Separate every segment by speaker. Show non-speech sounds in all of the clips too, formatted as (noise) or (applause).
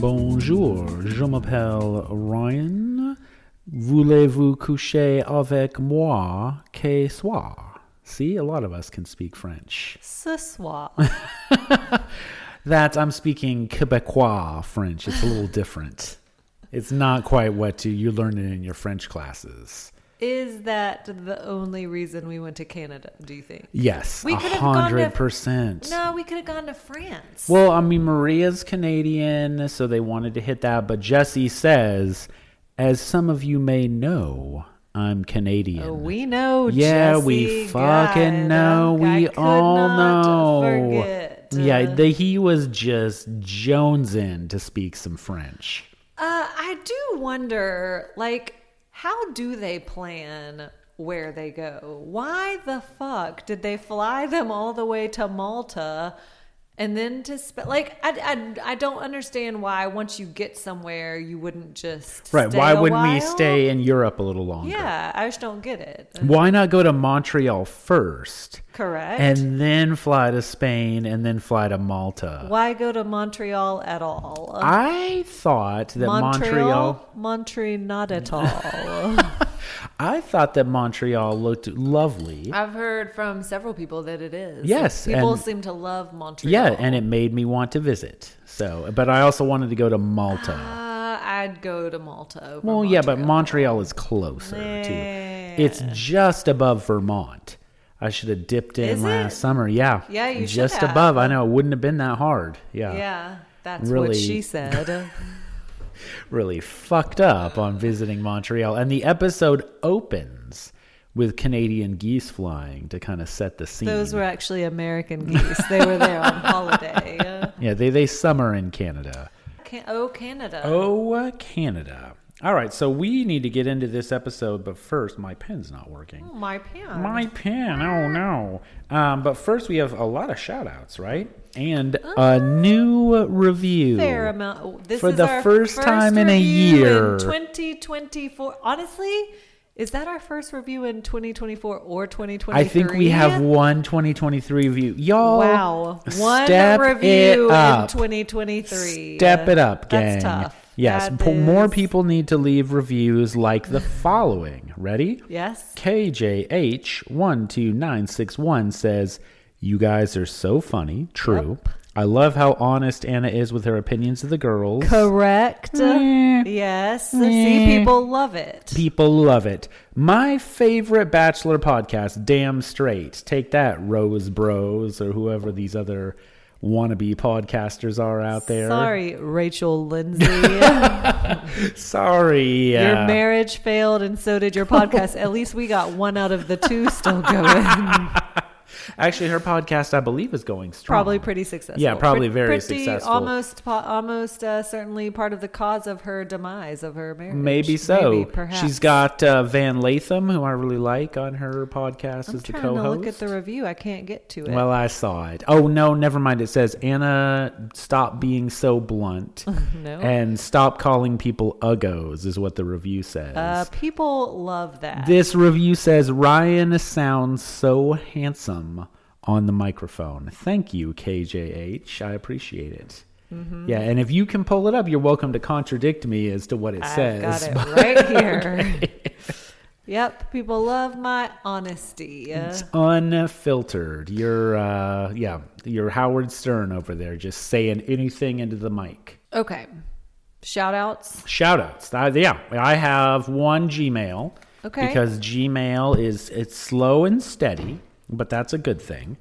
Speaker 1: Bonjour, je m'appelle Ryan. Voulez-vous coucher avec moi que soir? See, a lot of us can speak French.
Speaker 2: Ce
Speaker 1: (laughs)
Speaker 2: soir.
Speaker 1: That I'm speaking Quebecois French. It's a little different. It's not quite what you, you learn it in your French classes.
Speaker 2: Is that the only reason we went to Canada, do you think?
Speaker 1: Yes,
Speaker 2: We
Speaker 1: a
Speaker 2: could have gone to-
Speaker 1: hundred percent.
Speaker 2: No, we could have gone to France.
Speaker 1: Well, I mean, Maria's Canadian, so they wanted to hit that. But Jesse says, as some of you may know, I'm Canadian.
Speaker 2: Oh, we know.
Speaker 1: yeah, we
Speaker 2: Jesse.
Speaker 1: fucking
Speaker 2: God, um,
Speaker 1: know.
Speaker 2: I
Speaker 1: We
Speaker 2: could
Speaker 1: all
Speaker 2: not
Speaker 1: know.
Speaker 2: Forget.
Speaker 1: Yeah,
Speaker 2: Uh,
Speaker 1: the, he was just jonesing to speak some French.
Speaker 2: Uh, I do wonder, like, how do they plan where they go? Why the fuck did they fly them all the way to Malta and then to Sp- like? I, I I don't understand why once you get somewhere you wouldn't just
Speaker 1: Right?
Speaker 2: stay
Speaker 1: Why
Speaker 2: a
Speaker 1: wouldn't we
Speaker 2: while?
Speaker 1: stay in Europe a little longer?
Speaker 2: Yeah, I just don't get it.
Speaker 1: Why not go to Montreal first,
Speaker 2: Correct.
Speaker 1: and then fly to Spain, and then fly to Malta?
Speaker 2: why go to Montreal at all?
Speaker 1: I thought that Montreal.
Speaker 2: Montreal, not
Speaker 1: (laughs)
Speaker 2: at all.
Speaker 1: I thought that Montreal looked lovely.
Speaker 2: I've heard from several people that it is.
Speaker 1: Yes,
Speaker 2: people
Speaker 1: and-
Speaker 2: seem to love Montreal.
Speaker 1: Yeah, and it made me want to visit. So, but I also wanted to go to Malta.
Speaker 2: uh, I'd go to Malta. Over
Speaker 1: Well, yeah, but Montreal is closer to. It's just above Vermont. I should have dipped in
Speaker 2: Is
Speaker 1: last
Speaker 2: it?
Speaker 1: summer. Yeah.
Speaker 2: Yeah, you should
Speaker 1: just
Speaker 2: have.
Speaker 1: above. I know it wouldn't have been that hard. Yeah.
Speaker 2: yeah, that's
Speaker 1: uh, Really.
Speaker 2: what
Speaker 1: (laughs)
Speaker 2: she said.
Speaker 1: Really fucked up on visiting Montreal, and the episode opens with Canadian geese flying to kind of set the scene.
Speaker 2: Those were actually American geese. They were there on holiday.
Speaker 1: (laughs)
Speaker 2: Uh,
Speaker 1: Yeah, they they summer in Canada.
Speaker 2: Can- oh, Canada.
Speaker 1: Oh, uh, Canada. All right, so we need to get into this episode, but first, my pen's not working.
Speaker 2: Oh, my pants.
Speaker 1: My pen, oh no. Um, but first, we have a lot of shout outs, right? And
Speaker 2: Uh,
Speaker 1: a new review.
Speaker 2: fair amount. Oh, This
Speaker 1: For
Speaker 2: is
Speaker 1: the
Speaker 2: our
Speaker 1: first time in a
Speaker 2: review
Speaker 1: year.
Speaker 2: in 2024. Honestly, is that our first review in 2024 or 2023?
Speaker 1: I think we have one 2023 review. Y'all,
Speaker 2: Wow. One
Speaker 1: step
Speaker 2: review
Speaker 1: it
Speaker 2: in
Speaker 1: up.
Speaker 2: 2023.
Speaker 1: Step it up, gang.
Speaker 2: That's tough.
Speaker 1: Yes,
Speaker 2: That
Speaker 1: po- more
Speaker 2: is-
Speaker 1: people need to leave reviews like
Speaker 2: (laughs)
Speaker 1: the following. Ready?
Speaker 2: Yes.
Speaker 1: KJH12961 says, You guys are so funny. True. I love how honest Anna is with her opinions of the girls.
Speaker 2: Correct.
Speaker 1: Meh.
Speaker 2: yes. See, people love it.
Speaker 1: People love it. My favorite Bachelor podcast, damn straight. Take that, Rose Bros, or whoever these other wannabe podcasters are out there.
Speaker 2: Sorry, Rachel
Speaker 1: (laughs)
Speaker 2: Lindsay. Your
Speaker 1: Sorry. uh,
Speaker 2: marriage failed, and so did your podcast. At least we got one out of the two
Speaker 1: (laughs)
Speaker 2: still going.
Speaker 1: actually, her podcast, I believe, is going strong.
Speaker 2: Probably pretty successful.
Speaker 1: Yeah, probably
Speaker 2: Pret-
Speaker 1: very
Speaker 2: pretty,
Speaker 1: successful.
Speaker 2: Almost, po- almost uh, certainly part of the cause of her demise of her marriage.
Speaker 1: Maybe so.
Speaker 2: Maybe, perhaps.
Speaker 1: She's got uh, Van Latham, who I really like, on her podcast
Speaker 2: I'm
Speaker 1: as the
Speaker 2: trying
Speaker 1: co-host.
Speaker 2: to look at the review. I can't get to it.
Speaker 1: well, I saw it. Oh no, never mind. It says Anna, stop being so blunt,
Speaker 2: (laughs) no.
Speaker 1: and stop calling people uggos, is what the review says.
Speaker 2: Uh, people love that.
Speaker 1: this review says Ryan sounds so handsome on the microphone. Thank you, KJH. I appreciate it.
Speaker 2: Mm-hmm.
Speaker 1: Yeah, and if you can pull it up, you're welcome to contradict me as to what it
Speaker 2: I've
Speaker 1: says.
Speaker 2: got
Speaker 1: (laughs)
Speaker 2: it right here. Yep, people love my honesty. Uh,
Speaker 1: It's unfiltered. You're, uh, yeah, you're Howard Stern over there, just saying anything into the mic.
Speaker 2: okay. Shout outs.
Speaker 1: Shout outs. I, yeah, I have one Gmail.
Speaker 2: Okay.
Speaker 1: Because Gmail is it's slow and steady, but that's a good thing.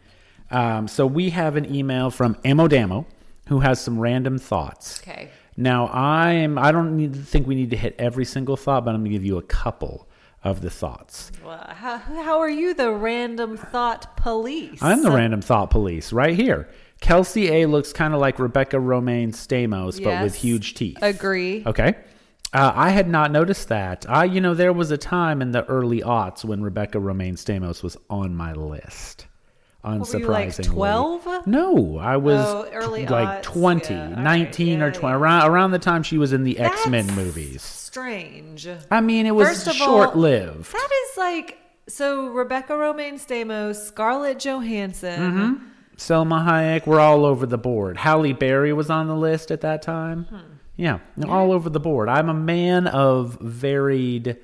Speaker 1: Um, so we have an email from Amodamo, who has some random thoughts.
Speaker 2: Okay.
Speaker 1: Now I'm I don't need, think we need to hit every single thought, but I'm going to give you a couple of the thouts.
Speaker 2: Well, how, how are you, the random thought police?
Speaker 1: I'm the random thought police right here. Kelsey A looks kind of like Rebecca Romaine Stamos, but with
Speaker 2: Yes.
Speaker 1: huge teeth.
Speaker 2: Agree.
Speaker 1: Okay. Uh, I had not noticed that. I, you know, there was a time in the early aughts when Rebecca Romaine Stamos was on my list. Unsurprisingly,
Speaker 2: were you, like, 12?
Speaker 1: No, I was
Speaker 2: Oh, early
Speaker 1: tw- like
Speaker 2: aughts,
Speaker 1: 20,
Speaker 2: yeah. All right,
Speaker 1: 19 or
Speaker 2: yeah,
Speaker 1: 20,
Speaker 2: yeah.
Speaker 1: around, around the time she was in the
Speaker 2: That's
Speaker 1: X Men movies.
Speaker 2: Strange.
Speaker 1: I mean, it was
Speaker 2: First of all,
Speaker 1: short lived.
Speaker 2: That is like so. Rebecca Romaine Stamos, Scarlett Johansson.
Speaker 1: Mm-hmm.
Speaker 2: Hmm.
Speaker 1: Selma Hayek, we're all over the board. Halle Berry was on the list at that time. Yeah, all over the board. I'm a man of varied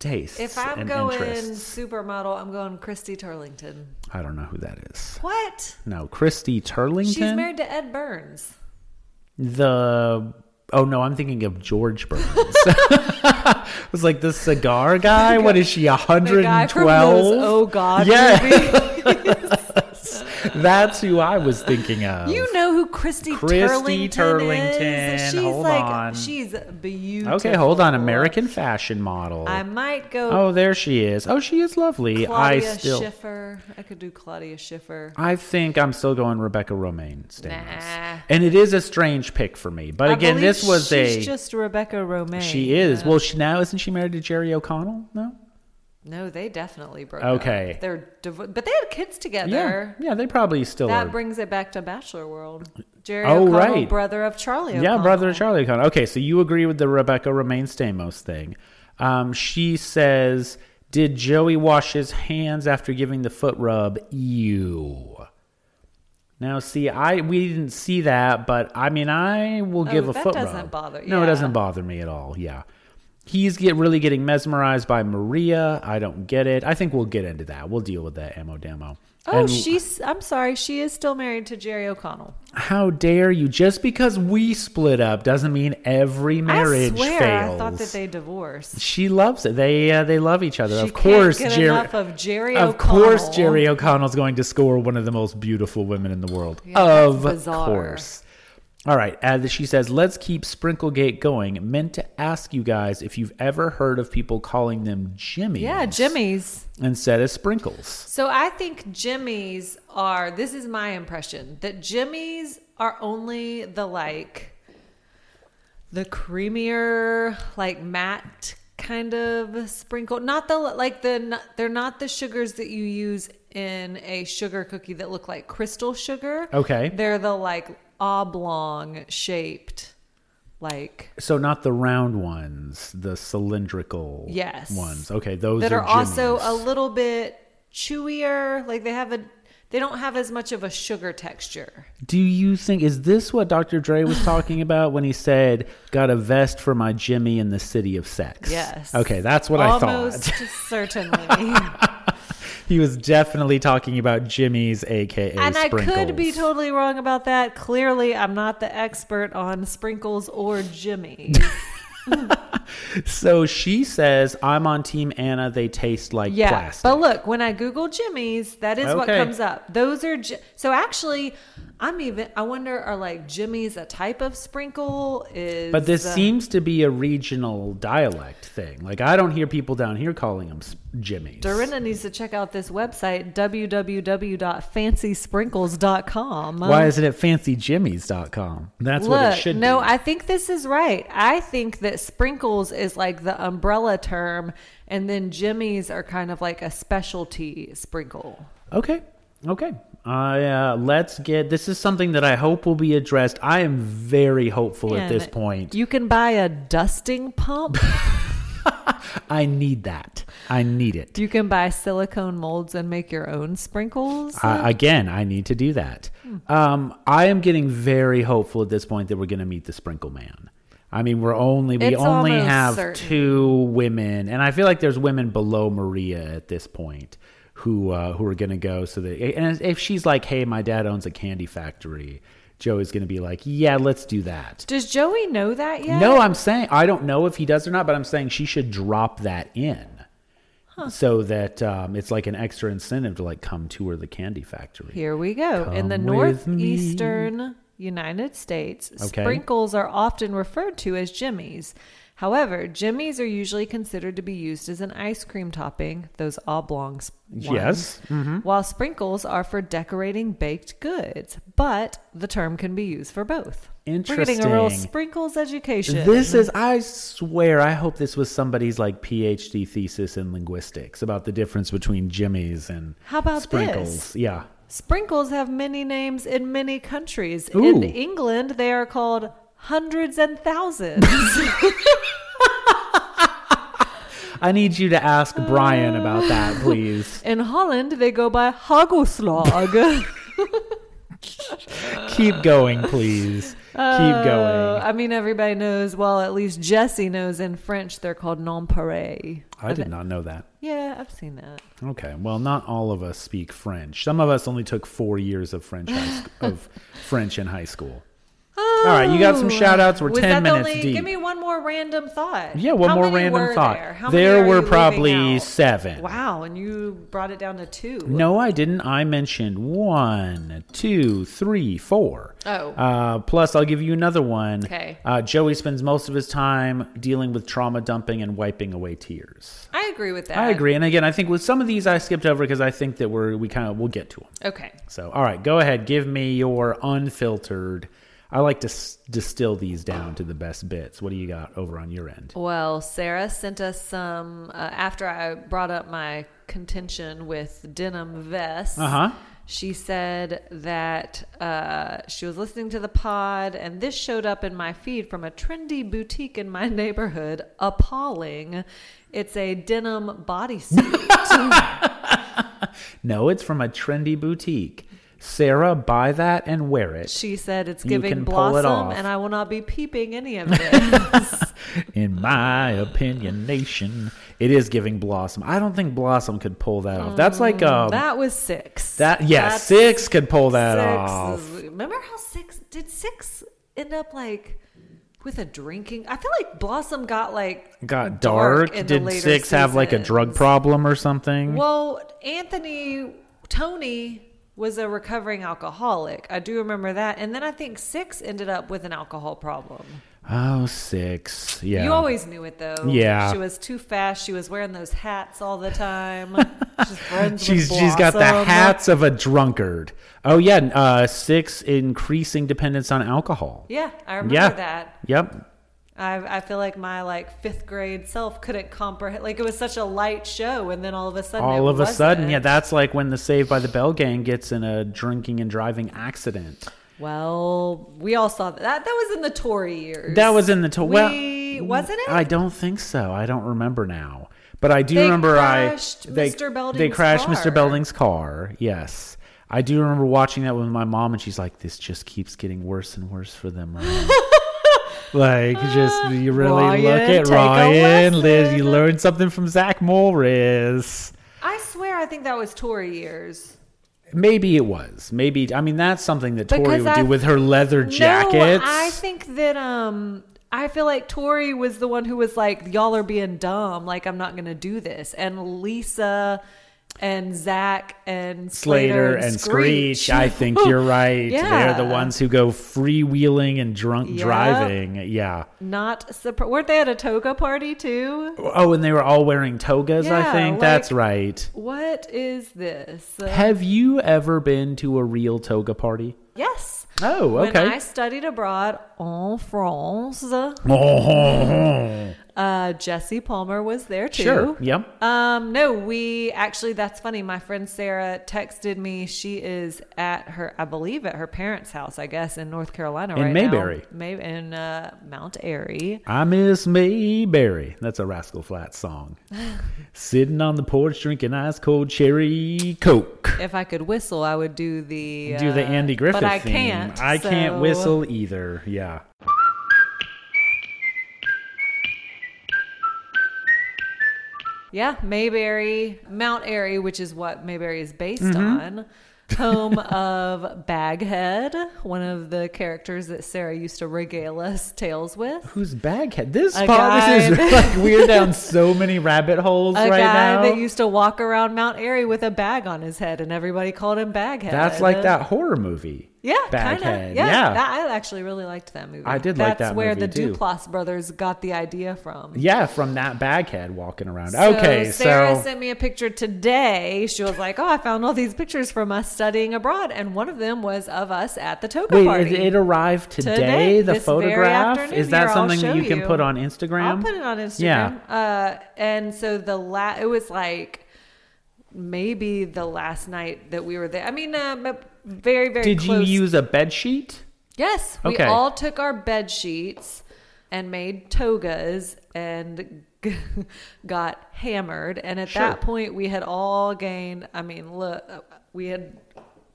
Speaker 1: tastes
Speaker 2: If I'm
Speaker 1: and
Speaker 2: going
Speaker 1: interests.
Speaker 2: supermodel, I'm going Christy Turlington.
Speaker 1: I don't know who that is.
Speaker 2: What?
Speaker 1: No, Christy Turlington.
Speaker 2: She's married to Ed Burns.
Speaker 1: the oh no, I'm thinking of George Burns. (laughs) it was like the cigar guy. What is she?
Speaker 2: The
Speaker 1: 112.
Speaker 2: guy from those Oh God
Speaker 1: Yeah. (laughs)
Speaker 2: movies.
Speaker 1: That's who I was thinking of.
Speaker 2: You know who Christy,
Speaker 1: Christy
Speaker 2: Turlington,
Speaker 1: Turlington,
Speaker 2: is? She's
Speaker 1: hold
Speaker 2: like
Speaker 1: on.
Speaker 2: she's beautiful.
Speaker 1: okay, hold on. American fashion model.
Speaker 2: I might go
Speaker 1: oh, there she is. Oh, she is lovely.
Speaker 2: Claudia
Speaker 1: I still.
Speaker 2: Schiffer. I could do Claudia Schiffer.
Speaker 1: I think I'm still going Rebecca Romaine Stamos.
Speaker 2: Nah.
Speaker 1: And it is a strange pick for me. But
Speaker 2: I
Speaker 1: again,
Speaker 2: believe
Speaker 1: this was
Speaker 2: she's
Speaker 1: a
Speaker 2: just Rebecca Romaine.
Speaker 1: she is. Well, she now isn't she married to Jerry O'Connell? No.
Speaker 2: No, they definitely broke
Speaker 1: Okay.
Speaker 2: up. They're div- but they had kids
Speaker 1: Yeah.
Speaker 2: together.
Speaker 1: Yeah, they probably still
Speaker 2: That
Speaker 1: are.
Speaker 2: brings it back to Bachelor World. Jerry
Speaker 1: Oh,
Speaker 2: O'Connell,
Speaker 1: right.
Speaker 2: brother of Charlie
Speaker 1: yeah,
Speaker 2: O'Connell.
Speaker 1: brother Charlie O'Connell. Okay, so you agree with the Rebecca Romaine Stamos thing. Um, she says, "Did Joey wash his hands after giving the foot rub?" Ew. Now, see, I we didn't see that, but I mean, I will give a
Speaker 2: Oh, that
Speaker 1: foot
Speaker 2: doesn't
Speaker 1: rub.
Speaker 2: bother-
Speaker 1: No, it
Speaker 2: yeah.
Speaker 1: doesn't bother me at all. Yeah, he's get really getting mesmerized by Maria. I don't get it. I think we'll get into that. We'll deal with that ammo demo.
Speaker 2: Oh,
Speaker 1: And-
Speaker 2: she's. I'm sorry. She is still married to Jerry O'Connell.
Speaker 1: How dare you? Just because we split up doesn't mean every marriage
Speaker 2: I swear,
Speaker 1: fails.
Speaker 2: I thought that they divorced.
Speaker 1: she loves it. They uh, they love each other.
Speaker 2: She
Speaker 1: of course,
Speaker 2: can't get
Speaker 1: Jerry.
Speaker 2: enough of Jerry.
Speaker 1: of course,
Speaker 2: O'Connell.
Speaker 1: Jerry O'Connell's going to score one of the most beautiful women in the world.
Speaker 2: that's
Speaker 1: of
Speaker 2: bizarre.
Speaker 1: course. All right. Uh, she says, "Let's keep Sprinklegate going." Meant to ask you guys if you've ever heard of people calling them Jimmy.
Speaker 2: Yeah, Jimmy's.
Speaker 1: Instead of sprinkles.
Speaker 2: So I think Jimmy's are. This is my impression that Jimmy's are only the like, the creamier, like matte kind of sprinkle. Not the like the. not- They're not the sugars that you use in a sugar cookie that look like crystal sugar.
Speaker 1: Okay.
Speaker 2: They're the like oblong shaped, like
Speaker 1: So not the round ones, the cylindrical
Speaker 2: Yes.
Speaker 1: ones. Okay, those
Speaker 2: that
Speaker 1: are,
Speaker 2: are, also
Speaker 1: Jimmy's.
Speaker 2: a little bit chewier. Like they have a, they don't have as much of a sugar texture.
Speaker 1: Do you think is this what Dr. Dre was talking about when he said got a vest for my Jimmy in the city of sex?
Speaker 2: Yes.
Speaker 1: Okay, that's what (laughs)
Speaker 2: Almost
Speaker 1: I thought.
Speaker 2: certainly.
Speaker 1: He was definitely talking about Jimmy's aka
Speaker 2: and I
Speaker 1: sprinkles.
Speaker 2: could be totally wrong about that. Clearly, I'm not the expert on sprinkles or Jimmy.
Speaker 1: So she says, "I'm on team Anna, they taste like
Speaker 2: Yeah.
Speaker 1: (laughs) plastic."
Speaker 2: But look, when I Google Jimmy's, that is what
Speaker 1: Okay.
Speaker 2: comes up. Those are Ji- so actually. I'm even. I wonder, are like Jimmy's a type of sprinkle? Is
Speaker 1: But this
Speaker 2: uh,
Speaker 1: seems to be a regional dialect thing. Like I don't hear people down here calling them s- Jimmy's.
Speaker 2: Dorinda needs to check out this website, www.fancysprinkles.com.
Speaker 1: Why isn't it fancyjimmies.com? That's what it
Speaker 2: Look,
Speaker 1: should
Speaker 2: no,
Speaker 1: be.
Speaker 2: I think this is right. I think that sprinkles is like the umbrella term, and then Jimmy's are kind of like a specialty sprinkle.
Speaker 1: Okay. Okay. I uh, let's get this is something that I hope will be addressed. I am very hopeful at this
Speaker 2: And
Speaker 1: point.
Speaker 2: You can buy a dusting pump, (laughs)
Speaker 1: I need that. I need it.
Speaker 2: you can buy silicone molds and make your own sprinkles.
Speaker 1: I, again, I need to do that. Um, I am getting very hopeful at this point that we're going to meet the Sprinkle Man. I mean, we're only we
Speaker 2: It's
Speaker 1: only
Speaker 2: almost
Speaker 1: have
Speaker 2: certain.
Speaker 1: two women, and I feel like there's women below Maria at this point who uh, who are going to go. So that and if she's like, "Hey, my dad owns a candy factory," Joey's going to be like, "Yeah, let's do that."
Speaker 2: Does Joey know that yet?
Speaker 1: No, I'm saying I don't know if he does or not, but I'm saying she should drop that in, so that um, it's like an extra incentive to like come tour the candy factory.
Speaker 2: Here we go. In the
Speaker 1: Come with me.
Speaker 2: northeastern United States,
Speaker 1: Okay.
Speaker 2: sprinkles are often referred to as jimmies. However, jimmies are usually considered to be used as an ice cream topping, those oblong s- ones,
Speaker 1: Yes.
Speaker 2: while sprinkles are for decorating baked goods. But the term can be used for both. We're getting a real
Speaker 1: Interesting.
Speaker 2: sprinkles education.
Speaker 1: This is, I swear, I hope this was somebody's like PhD thesis in linguistics about the difference between jimmies and
Speaker 2: How about
Speaker 1: sprinkles. Yeah.
Speaker 2: Sprinkles have many names in many countries.
Speaker 1: Ooh.
Speaker 2: In England, they are called hundreds and thousands.
Speaker 1: I need you to ask Brian about
Speaker 2: Uh.
Speaker 1: that, please. (laughs)
Speaker 2: In Holland, they go by Hagelslag.
Speaker 1: keep going, please. keep
Speaker 2: Oh,
Speaker 1: going.
Speaker 2: I mean, everybody knows. Well, at least Jesse knows in French they're called nonpareil.
Speaker 1: I did not know that.
Speaker 2: Yeah, I've seen that.
Speaker 1: Okay, well, not all of us speak French. Some of us only took four years of French high sc-
Speaker 2: (laughs)
Speaker 1: of French in high school.
Speaker 2: Oh,
Speaker 1: right, you got some shout-outs. We're
Speaker 2: was
Speaker 1: 10
Speaker 2: that the
Speaker 1: minutes
Speaker 2: only,
Speaker 1: deep.
Speaker 2: Give me one more random thought.
Speaker 1: Yeah, one
Speaker 2: How
Speaker 1: more
Speaker 2: many
Speaker 1: random
Speaker 2: were
Speaker 1: thought.
Speaker 2: There, How many
Speaker 1: There
Speaker 2: are you
Speaker 1: were
Speaker 2: leaving
Speaker 1: probably
Speaker 2: out?
Speaker 1: seven.
Speaker 2: Wow, and you brought it down to two.
Speaker 1: No, I didn't. I mentioned one, two, three, four.
Speaker 2: Oh.
Speaker 1: Uh, plus, I'll give you another one.
Speaker 2: Okay.
Speaker 1: Uh, Joey spends most of his time dealing with trauma dumping and wiping away tears.
Speaker 2: I agree with that.
Speaker 1: I agree. And again, I think with some of these I skipped over because I think that we're we kind of we'll get to them.
Speaker 2: Okay.
Speaker 1: So, all right, go ahead. Give me your unfiltered. I like to s- distill these down to the best bits. What do you got over on your end?
Speaker 2: Well, Sarah sent us some uh, after I brought up my contention with denim vests.
Speaker 1: Uh huh.
Speaker 2: She said that uh, she was listening to the pod, and this showed up in my feed from a trendy boutique in my (laughs) neighborhood. Appalling. It's a denim
Speaker 1: (laughs)
Speaker 2: bodysuit.
Speaker 1: No, it's from a trendy boutique. Sarah, buy that and wear it.
Speaker 2: she said it's
Speaker 1: You
Speaker 2: giving
Speaker 1: can pull it
Speaker 2: blossom,
Speaker 1: off.
Speaker 2: and I will not be peeping any
Speaker 1: (laughs)
Speaker 2: of this.
Speaker 1: In my opinion, nation, it is giving Blossom. I don't think Blossom could pull that off. That's like um, that,
Speaker 2: that was six.
Speaker 1: yeah,
Speaker 2: Mm, That's
Speaker 1: six could pull that
Speaker 2: six
Speaker 1: off.
Speaker 2: is- remember how six did six end up like with a drinking? I feel like Blossom got like
Speaker 1: Got
Speaker 2: dark
Speaker 1: dark.
Speaker 2: in the
Speaker 1: Did
Speaker 2: later
Speaker 1: six have like a drug
Speaker 2: seasons.
Speaker 1: problem or something?
Speaker 2: Well, Anthony Tony was a recovering alcoholic. I do remember that. And then I think six ended up with an alcohol problem.
Speaker 1: Oh, six. Yeah.
Speaker 2: You always knew it though.
Speaker 1: Yeah.
Speaker 2: She was too fast. She was wearing those hats all
Speaker 1: (laughs)
Speaker 2: the time. she's friends
Speaker 1: She's
Speaker 2: with
Speaker 1: she's got the
Speaker 2: Blossom.
Speaker 1: hats of a drunkard. Oh yeah, uh, six increasing dependence on alcohol.
Speaker 2: Yeah, I remember
Speaker 1: yeah.
Speaker 2: that.
Speaker 1: Yep.
Speaker 2: I, I feel like my like fifth grade self couldn't comprehend. Like it was such a light show, and then all of a sudden,
Speaker 1: All
Speaker 2: it
Speaker 1: of a sudden,
Speaker 2: wasn't.
Speaker 1: yeah, that's like when the Saved by the Bell gang gets in a drinking and driving accident.
Speaker 2: Well, we all saw that. That, that was in the Tory years.
Speaker 1: That was in the to-
Speaker 2: We-
Speaker 1: well,
Speaker 2: wasn't it?
Speaker 1: I don't think so. I don't remember now, but I do
Speaker 2: They
Speaker 1: remember I
Speaker 2: crashed
Speaker 1: they
Speaker 2: Mr.
Speaker 1: they
Speaker 2: Belding's
Speaker 1: crashed
Speaker 2: car.
Speaker 1: Mr. Belding's car. Yes, I do remember watching that with my mom, and she's like, "This just keeps getting worse and worse for them."
Speaker 2: (laughs)
Speaker 1: Ryan." like, just you really look
Speaker 2: Uh, Ryan,
Speaker 1: at
Speaker 2: take a
Speaker 1: Ryan, Liz. You
Speaker 2: lesson.
Speaker 1: learn something from Zach Morris.
Speaker 2: I swear, I think that was Tory years.
Speaker 1: Maybe it was. Maybe I mean that's something that Tori
Speaker 2: Because
Speaker 1: would
Speaker 2: I-
Speaker 1: do with her leather jackets.
Speaker 2: No, I think that um, I feel like Tori was the one who was like, "Y'all are being dumb. Like I'm not gonna do this." And Lisa. And Zach and Slater,
Speaker 1: Slater and Screech.
Speaker 2: (laughs)
Speaker 1: I think you're right.
Speaker 2: Yeah.
Speaker 1: They're the ones who go freewheeling and drunk
Speaker 2: Yep.
Speaker 1: driving. Yeah.
Speaker 2: Not surprised. Weren't they at a toga party too?
Speaker 1: Oh, and they were all wearing togas, I
Speaker 2: Yeah,
Speaker 1: think.
Speaker 2: like-
Speaker 1: That's right.
Speaker 2: What is this? Uh,
Speaker 1: Have you ever been to a real toga party?
Speaker 2: yes.
Speaker 1: Oh,
Speaker 2: When I
Speaker 1: okay.
Speaker 2: studied abroad en France,
Speaker 1: (laughs)
Speaker 2: uh, Jesse Palmer was there too.
Speaker 1: sure. Yep.
Speaker 2: Um, no, we actually, that's funny. My friend Sarah texted me. She is at her, I believe, at her parents' house, I guess, in North Carolina
Speaker 1: In
Speaker 2: right
Speaker 1: Mayberry.
Speaker 2: now. Maybe in uh, Mount Airy.
Speaker 1: I miss Mayberry. That's a Rascal Flatts
Speaker 2: (laughs)
Speaker 1: song. Sitting on the porch drinking ice cold cherry coke.
Speaker 2: If I could whistle, I would do the
Speaker 1: Do the
Speaker 2: uh,
Speaker 1: Andy Griffith
Speaker 2: but I
Speaker 1: theme.
Speaker 2: can't.
Speaker 1: I can't
Speaker 2: so-
Speaker 1: whistle either. Yeah.
Speaker 2: Yeah, Mayberry, Mount Airy, which is what Mayberry is based
Speaker 1: Mm-hmm.
Speaker 2: on. Home of Baghead, one of the characters that Sarah used to regale us tales with.
Speaker 1: Who's Baghead? This
Speaker 2: A
Speaker 1: pod, this
Speaker 2: guy-
Speaker 1: is like we're
Speaker 2: (laughs)
Speaker 1: down so many rabbit holes
Speaker 2: A
Speaker 1: right
Speaker 2: guy
Speaker 1: now.
Speaker 2: that used to walk around Mount Airy with a bag on his head, and everybody called him Baghead.
Speaker 1: That's like that horror movie.
Speaker 2: Yeah,
Speaker 1: Baghead.
Speaker 2: kind of. Yeah,
Speaker 1: yeah.
Speaker 2: That, I actually really liked that movie.
Speaker 1: I did
Speaker 2: That's
Speaker 1: like that
Speaker 2: where
Speaker 1: movie,
Speaker 2: the
Speaker 1: too.
Speaker 2: Duplass brothers got the idea from.
Speaker 1: Yeah, from that Baghead walking around.
Speaker 2: So
Speaker 1: okay,
Speaker 2: Sarah
Speaker 1: so
Speaker 2: sent me a picture today. She was like, "Oh, I found all these pictures from us studying abroad, and one of them was of us at the toga
Speaker 1: wait,
Speaker 2: party."
Speaker 1: it, it arrived today.
Speaker 2: Today,
Speaker 1: the
Speaker 2: this very
Speaker 1: photograph
Speaker 2: afternoon
Speaker 1: is that
Speaker 2: here, I'll
Speaker 1: something
Speaker 2: show
Speaker 1: that you can
Speaker 2: you.
Speaker 1: put on Instagram?
Speaker 2: I'll put it on Instagram.
Speaker 1: Yeah.
Speaker 2: Uh, and so the la- it was like maybe the last night that we were there. I mean, uh, m- very very.
Speaker 1: Did
Speaker 2: close.
Speaker 1: you use a bed
Speaker 2: (laughs)
Speaker 1: sheet?
Speaker 2: Yes, we
Speaker 1: Okay.
Speaker 2: all took our bed sheets and made togas and (laughs) g- got hammered. And at
Speaker 1: Sure.
Speaker 2: that point, we had all gained. I mean, look, we had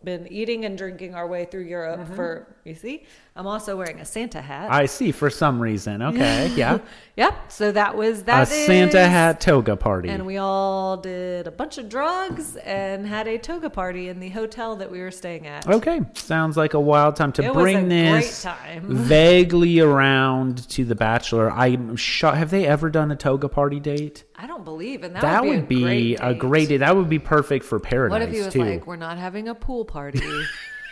Speaker 2: been eating and drinking our way through Europe for, you see, I'm also wearing a Santa hat.
Speaker 1: Mm-hmm. I see. For some reason, okay, yeah.
Speaker 2: yep. So that was (laughs) that.
Speaker 1: a Santa
Speaker 2: is-
Speaker 1: hat toga party.
Speaker 2: And we all did a bunch of drugs and had a toga party in the hotel that we were staying at.
Speaker 1: Okay, sounds like a wild time to
Speaker 2: It was
Speaker 1: bring
Speaker 2: a great
Speaker 1: this
Speaker 2: time.
Speaker 1: (laughs)
Speaker 2: (laughs)
Speaker 1: vaguely around to the Bachelor. I'm shocked. Have they ever done a toga party date?
Speaker 2: I don't believe, and that,
Speaker 1: That,
Speaker 2: would be,
Speaker 1: a great date. That would be perfect for paradise
Speaker 2: What if he was
Speaker 1: too.
Speaker 2: like, "We're not having a pool party,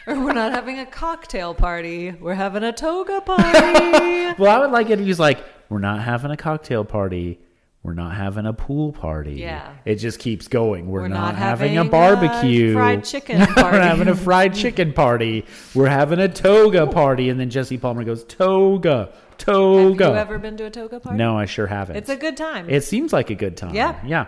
Speaker 2: or we're not having a cocktail party. We're having a toga party."
Speaker 1: (laughs) well, I would like it if he was like, "We're not having a cocktail party. We're not having a pool party.
Speaker 2: Yeah.
Speaker 1: it just keeps going. We're,
Speaker 2: We're
Speaker 1: not,
Speaker 2: not
Speaker 1: having, a
Speaker 2: having a
Speaker 1: barbecue, (laughs)
Speaker 2: fried chicken
Speaker 1: We're
Speaker 2: party."
Speaker 1: having a fried chicken party. We're having a toga party." And then Jesse Palmer goes, "Toga,
Speaker 2: Have
Speaker 1: toga."
Speaker 2: you ever been to a toga party?
Speaker 1: no, I sure haven't.
Speaker 2: it's a good time.
Speaker 1: It seems like a good time.
Speaker 2: Yeah.
Speaker 1: Yeah.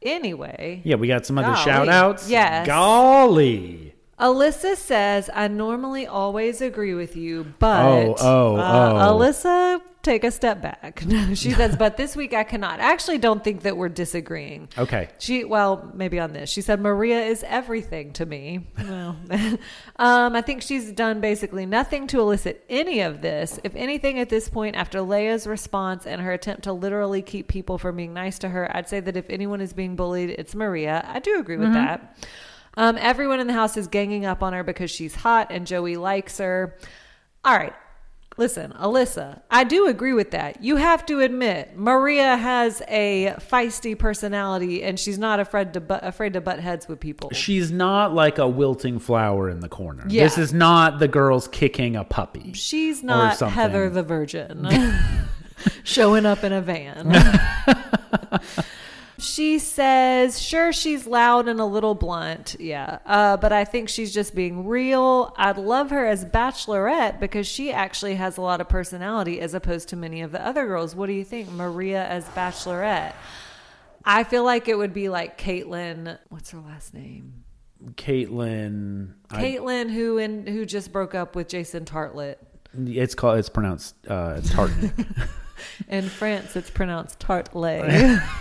Speaker 2: anyway,
Speaker 1: Yeah, we got some other
Speaker 2: Golly.
Speaker 1: shout outs.
Speaker 2: Yes.
Speaker 1: Golly.
Speaker 2: Alyssa says, "I normally always agree with you, but
Speaker 1: Oh, oh,
Speaker 2: uh,
Speaker 1: oh.
Speaker 2: Alyssa." Take a step back. (laughs) No, she says, but this week I cannot. I actually don't think that we're disagreeing.
Speaker 1: Okay.
Speaker 2: She well, maybe on this. She said Maria is everything to me. Well, (laughs) um, I think she's done basically nothing to elicit any of this. If anything, at this point, after Leia's response and her attempt to literally keep people from being nice to her, I'd say that if anyone is being bullied, it's Maria. I do agree with that. Um, everyone in the house is ganging up on her because she's hot and Joey likes her. All right. Listen, Alyssa, I do agree with that. You have to admit, Maria has a feisty personality and she's not afraid to butt, afraid to butt heads with people.
Speaker 1: She's not like a wilting flower in the corner.
Speaker 2: Yeah.
Speaker 1: This is not the girls kicking a puppy.
Speaker 2: She's not
Speaker 1: something.
Speaker 2: Heather
Speaker 1: (laughs)
Speaker 2: the Virgin showing up in a van. she says, sure, she's loud and a little blunt. Yeah. Uh, but I think she's just being real. I'd love her as Bachelorette because she actually has a lot of personality as opposed to many of the other girls. What do you think? Maria as Bachelorette. I feel like it would be like Caitlyn. What's her last name?
Speaker 1: Caitlin. I-
Speaker 2: Caitlyn, who in, who just broke up with Jason Tartlet.
Speaker 1: it's called. It's pronounced uh, Tartnik.
Speaker 2: In France, it's pronounced tartlet.
Speaker 1: (laughs)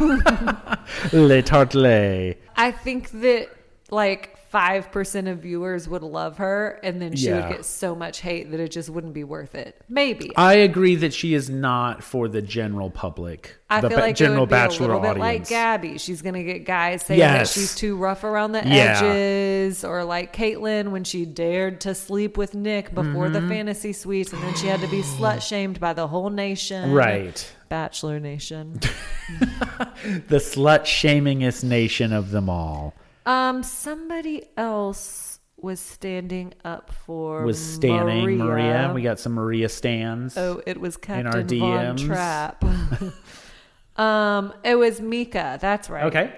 Speaker 1: Le Tartlet.
Speaker 2: (laughs) I think that like 5% of viewers would love her, and then she
Speaker 1: Yeah. Uh,
Speaker 2: would get so much hate that it just wouldn't be worth it. Maybe. I,
Speaker 1: I agree that she is not for the general public. the
Speaker 2: feel
Speaker 1: ba-
Speaker 2: like
Speaker 1: general
Speaker 2: it would be a
Speaker 1: bachelor
Speaker 2: little bit like
Speaker 1: audience.
Speaker 2: Gabby. She's going to get guys saying
Speaker 1: Yes.
Speaker 2: that she's too rough around the
Speaker 1: Yeah.
Speaker 2: edges, or like Caitlyn when she dared to sleep with Nick before
Speaker 1: Mm-hmm.
Speaker 2: the fantasy suites, and then she had to be slut shamed by the whole nation.
Speaker 1: right.
Speaker 2: Bachelor Nation.
Speaker 1: The slut shamingest nation of them all.
Speaker 2: Um, somebody else was standing up for
Speaker 1: was standing Maria. We got some Maria stands.
Speaker 2: oh, it was
Speaker 1: our
Speaker 2: Captain Von
Speaker 1: DMs. (laughs)
Speaker 2: Trapp. um, it was Mika. That's right.
Speaker 1: okay.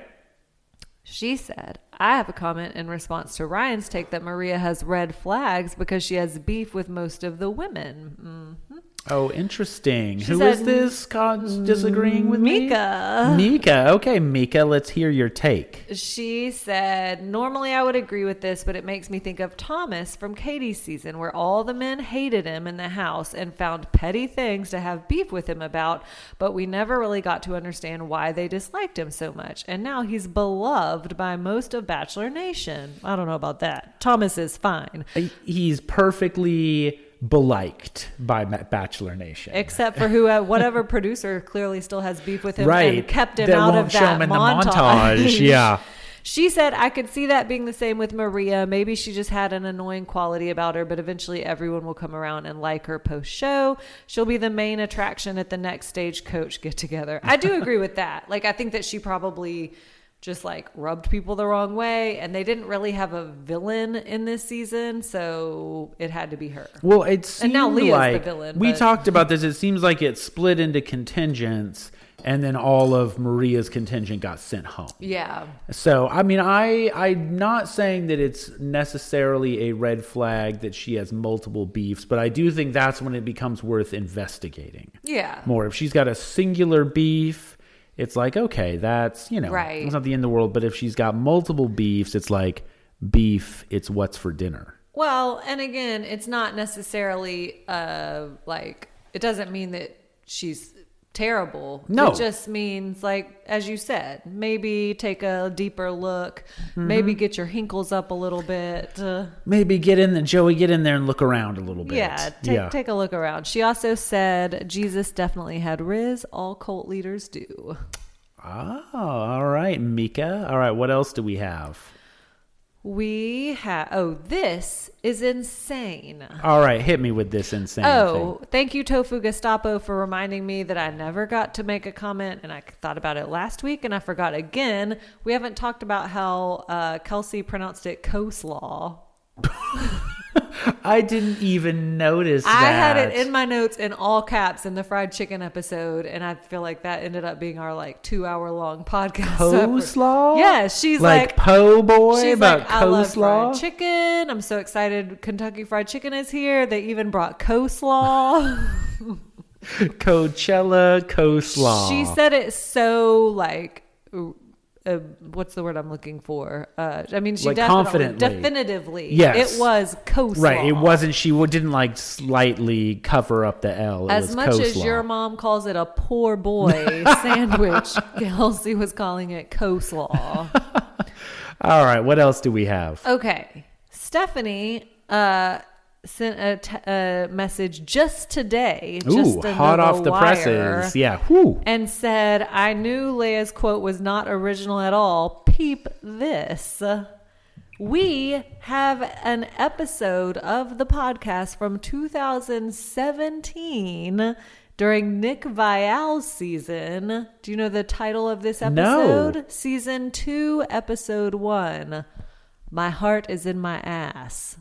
Speaker 2: She said, "I have a comment in response to Ryan's take that Maria has red flags because she has beef with most of the women." Mm-hmm.
Speaker 1: Oh, interesting. Who is
Speaker 2: said,
Speaker 1: this con- disagreeing with
Speaker 2: Mm. Mika.
Speaker 1: me? Mika. Okay, Mika, let's hear your take.
Speaker 2: She said, Normally I would agree with this, but it makes me think of Thomas from Katie's season, where all the men hated him in the house and found petty things to have beef with him about, but we never really got to understand why they disliked him so much. And now he's beloved by most of Bachelor Nation. I don't know about that. Thomas is fine,
Speaker 1: Uh, He's perfectly beliked by Ma- Bachelor Nation.
Speaker 2: except for who, uh,
Speaker 1: (laughs)
Speaker 2: whatever producer clearly still has beef with him
Speaker 1: right.
Speaker 2: and kept him
Speaker 1: that
Speaker 2: out
Speaker 1: won't
Speaker 2: of
Speaker 1: show
Speaker 2: that
Speaker 1: him in the
Speaker 2: montage.
Speaker 1: montage. yeah.
Speaker 2: (laughs) She said, I could see that being the same with Maria. Maybe she just had an annoying quality about her, but eventually everyone will come around and like her post show. She'll be the main attraction at the next stagecoach get together. I do agree
Speaker 1: (laughs)
Speaker 2: with that. Like, I think that she probably just like rubbed people the wrong way, and they didn't really have a villain in this season, so it had to be her.
Speaker 1: Well, it seemed
Speaker 2: And now Leah's the
Speaker 1: like
Speaker 2: villain,
Speaker 1: we
Speaker 2: but-
Speaker 1: talked about this. It seems like it split into contingents, and then all of Maria's contingent got sent home.
Speaker 2: Yeah.
Speaker 1: So I mean, I I'm not saying that it's necessarily a red flag that she has multiple beefs, but I do think that's when it becomes worth investigating
Speaker 2: Yeah.
Speaker 1: more. If she's got a singular beef, it's like okay, that's you know,
Speaker 2: Right.
Speaker 1: it's not the end of the world. But if she's got multiple beefs, it's like beef. It's what's for dinner.
Speaker 2: Well, and again, it's not necessarily uh like it doesn't mean that she's terrible.
Speaker 1: No.
Speaker 2: It just means, like, as you said, maybe take a deeper look, maybe get your hinkles up a little bit. Uh,
Speaker 1: Maybe get in there, Joey, get in there and look around a little bit.
Speaker 2: yeah, take, take a look around. She also said Jesus definitely had Riz. All cult leaders do.
Speaker 1: Oh, all right, Mika. All right, what else do we have?
Speaker 2: We have, oh, this is insane.
Speaker 1: All right, hit me with this insane
Speaker 2: Oh, thank you, Tofu Gestapo, for reminding me that I never got to make a comment, and I thought about it last week, and I forgot again. We haven't talked about how uh, Kelsey pronounced it coleslaw.
Speaker 1: thing. I didn't even notice that.
Speaker 2: I had it in my notes in all caps in the fried chicken episode, and I feel like that ended up being our like two hour long podcast.
Speaker 1: coleslaw.
Speaker 2: Yeah, she's
Speaker 1: like,
Speaker 2: like.
Speaker 1: po' boy,
Speaker 2: She's
Speaker 1: about
Speaker 2: like, I love
Speaker 1: coleslaw.
Speaker 2: fried chicken. I'm so excited. Kentucky Fried Chicken is here. They even brought coleslaw. (laughs)
Speaker 1: (laughs) Coachella coleslaw.
Speaker 2: She said it so like, uh, what's the word I'm looking for? Uh, I mean, she
Speaker 1: Like,
Speaker 2: definitely,
Speaker 1: confidently.
Speaker 2: definitively,
Speaker 1: Yes.
Speaker 2: it was coleslaw.
Speaker 1: Right, it wasn't. She w- didn't like slightly cover up the L. It
Speaker 2: As
Speaker 1: was
Speaker 2: much as
Speaker 1: coleslaw.
Speaker 2: your mom calls it a
Speaker 1: (laughs)
Speaker 2: poor boy sandwich, Kelsey was calling it coleslaw.
Speaker 1: (laughs) All right, what else do we have?
Speaker 2: Okay. Stephanie uh, sent a, t- a message just today.
Speaker 1: Ooh,
Speaker 2: just
Speaker 1: hot
Speaker 2: another
Speaker 1: off the
Speaker 2: wire,
Speaker 1: presses. Yeah, whoo.
Speaker 2: And said, I knew Leah's quote was not original at all. Peep this. We have an episode of the podcast from 2017 during Nick Vial's season. Do you know the title of this episode? Season 2, Episode 1. My heart is in my ass.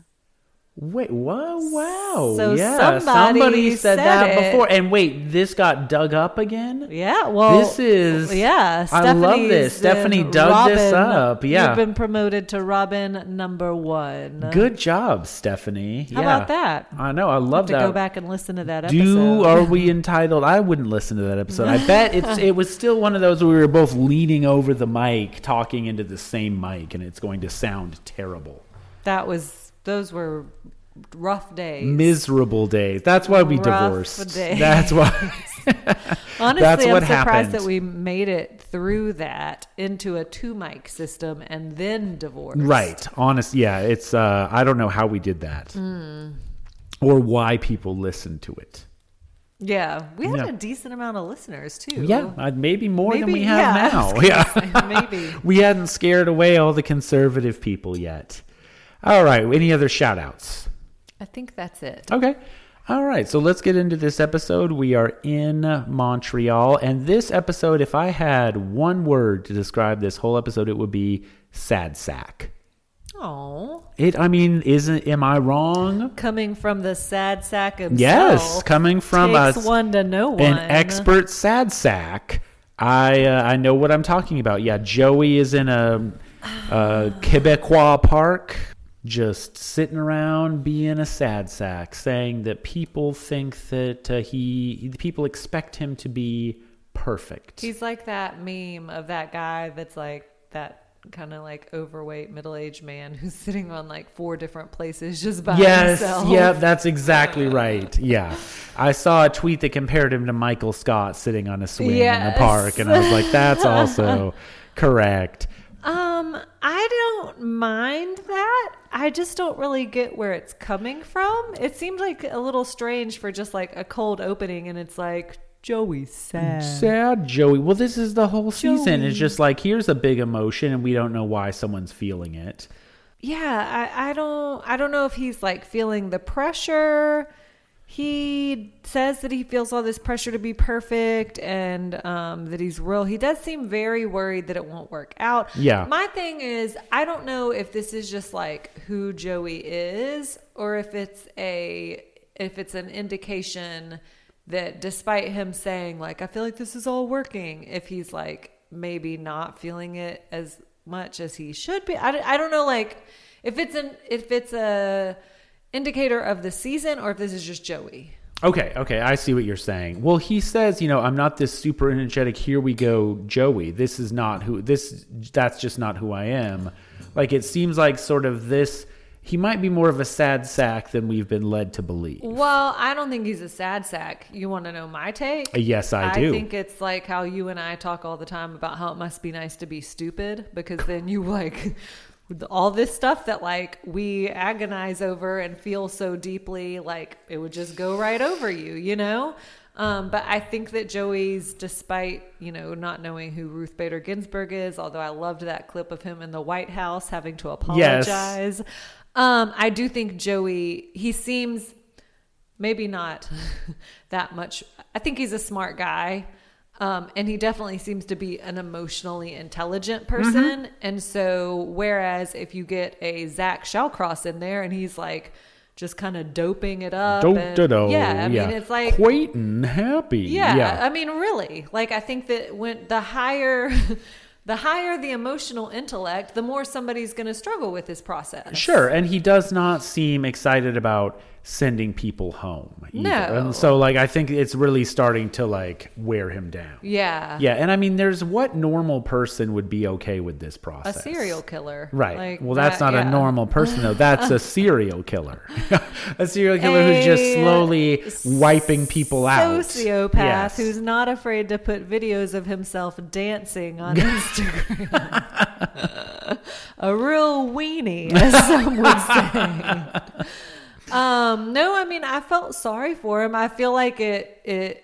Speaker 1: Wait, wow, wow.
Speaker 2: So
Speaker 1: yeah,
Speaker 2: somebody
Speaker 1: said,
Speaker 2: said
Speaker 1: that
Speaker 2: it.
Speaker 1: before. And wait, this got dug up again?
Speaker 2: Yeah, well,
Speaker 1: This is-
Speaker 2: yeah.
Speaker 1: I love this. Stephanie
Speaker 2: Stephanie's and
Speaker 1: dug this up. Yeah.
Speaker 2: you've been promoted to Robin number one.
Speaker 1: Good job, Stephanie.
Speaker 2: How
Speaker 1: Yeah.
Speaker 2: about that?
Speaker 1: I know, I love
Speaker 2: to
Speaker 1: that.
Speaker 2: go back and listen to that episode.
Speaker 1: Do are we entitled? I wouldn't listen to that episode. I bet
Speaker 2: (laughs)
Speaker 1: it's it was still one of those where we were both leaning over the mic, talking into the same mic, and it's going to sound terrible.
Speaker 2: that was those were rough days.
Speaker 1: Miserable days. That's why we
Speaker 2: Rough
Speaker 1: divorced.
Speaker 2: days.
Speaker 1: That's
Speaker 2: (laughs)
Speaker 1: why.
Speaker 2: Honestly,
Speaker 1: That's
Speaker 2: I'm
Speaker 1: what
Speaker 2: surprised
Speaker 1: happened.
Speaker 2: that we made it through that into a two mic system and then divorce.
Speaker 1: Right. Honest. Yeah. It's. Uh, I don't know how we did that,
Speaker 2: Hmm.
Speaker 1: or why people listened to it.
Speaker 2: Yeah, we had
Speaker 1: Yeah.
Speaker 2: a decent amount of listeners too.
Speaker 1: Yeah, uh, maybe more than
Speaker 2: Maybe-
Speaker 1: we have
Speaker 2: yeah, I was (laughs)
Speaker 1: now.
Speaker 2: gonna
Speaker 1: Yeah,
Speaker 2: say, (laughs) maybe.
Speaker 1: we hadn't scared away all the conservative people yet. All right. Any other shout outs?
Speaker 2: I think that's it.
Speaker 1: Okay. All right. So let's get into this episode. We are in Montreal. And this episode, if I had one word to describe this whole episode, it would be sad sack.
Speaker 2: Oh,
Speaker 1: It, I mean, isn't, am I wrong?
Speaker 2: coming from the sad sack himself.
Speaker 1: Yes. Coming from
Speaker 2: takes
Speaker 1: us.
Speaker 2: one to know one.
Speaker 1: an expert sad sack. I uh, I know what I'm talking about. Yeah, Joey is in a, a Quebecois park, just sitting around being a sad sack, saying that people think that uh, he people expect him to be perfect.
Speaker 2: He's like that meme of that guy that's like that kind of like overweight middle aged man (laughs) who's sitting on like four different places just by
Speaker 1: yes,
Speaker 2: himself.
Speaker 1: yeah, that's exactly right. Yeah, I saw a tweet that compared him to Michael Scott sitting on a swing in the
Speaker 2: Yes.
Speaker 1: park, and I was like, that's
Speaker 2: (laughs)
Speaker 1: also correct.
Speaker 2: Um, I don't mind that. I just don't really get where it's coming from. It seemed like a little strange for just like a cold opening, and it's like Joey's sad.
Speaker 1: sad joey well this is the whole season it's just like here's a big emotion and we don't know why someone's feeling it
Speaker 2: yeah I, I don't i don't know if he's like feeling the pressure he says that he feels all this pressure to be perfect and um, that he's real he does seem very worried that it won't work out
Speaker 1: Yeah.
Speaker 2: my thing is i don't know if this is just like who joey is or if it's a if it's an indication that despite him saying like i feel like this is all working if he's like maybe not feeling it as much as he should be i, don't- I don't know like if it's an if it's a indicator of the season or if this is just joey
Speaker 1: okay okay i see what you're saying well he says you know i'm not this super energetic here we go joey this is not who this that's just not who i am like it seems like sort of this He might be more of a sad sack than we've been led to believe.
Speaker 2: Well, I don't think he's a sad sack. You want to know my take?
Speaker 1: Uh, Yes, I do.
Speaker 2: I think it's like how you and I talk all the time about how it must be nice to be stupid because then you like all this stuff that like we agonize over and feel so deeply like it would just go right over you, you know? Um, but I think that Joey's, despite you know not knowing who Ruth Bader Ginsburg is, although I loved that clip of him in the White House having to
Speaker 1: Yes.
Speaker 2: apologize, um, I do think Joey he seems maybe not (laughs) that much. I think he's a smart guy. Um, and he definitely seems to be an emotionally intelligent
Speaker 1: Mm-hmm.
Speaker 2: person. And so, whereas if you get a Zach Shellcross in there and he's like just kind of doping it up, and-
Speaker 1: Do-do-do,
Speaker 2: yeah, I mean, it's like
Speaker 1: quite and happy.
Speaker 2: yeah, I mean, really. Like, I think that when the higher, (laughs) the higher the emotional intellect, the more somebody's going to struggle with this process.
Speaker 1: Sure, and he does not seem excited about sending people home. either.
Speaker 2: No.
Speaker 1: And so like I think it's really starting to like wear him down.
Speaker 2: Yeah.
Speaker 1: Yeah, and I mean there's what normal person would be okay with this
Speaker 2: A
Speaker 1: process.
Speaker 2: serial killer.
Speaker 1: Right.
Speaker 2: Like
Speaker 1: well, that's
Speaker 2: that-
Speaker 1: not
Speaker 2: yeah.
Speaker 1: a normal person though. That's
Speaker 2: (laughs)
Speaker 1: a serial killer. (laughs) a serial killer who's just
Speaker 2: A
Speaker 1: slowly wiping people out.
Speaker 2: Sociopath
Speaker 1: Yes.
Speaker 2: who's not afraid to put videos of himself dancing
Speaker 1: (laughs)
Speaker 2: on Instagram. (laughs) A real weenie, as some would say. Um, no, I mean, I felt sorry for him. I feel like it it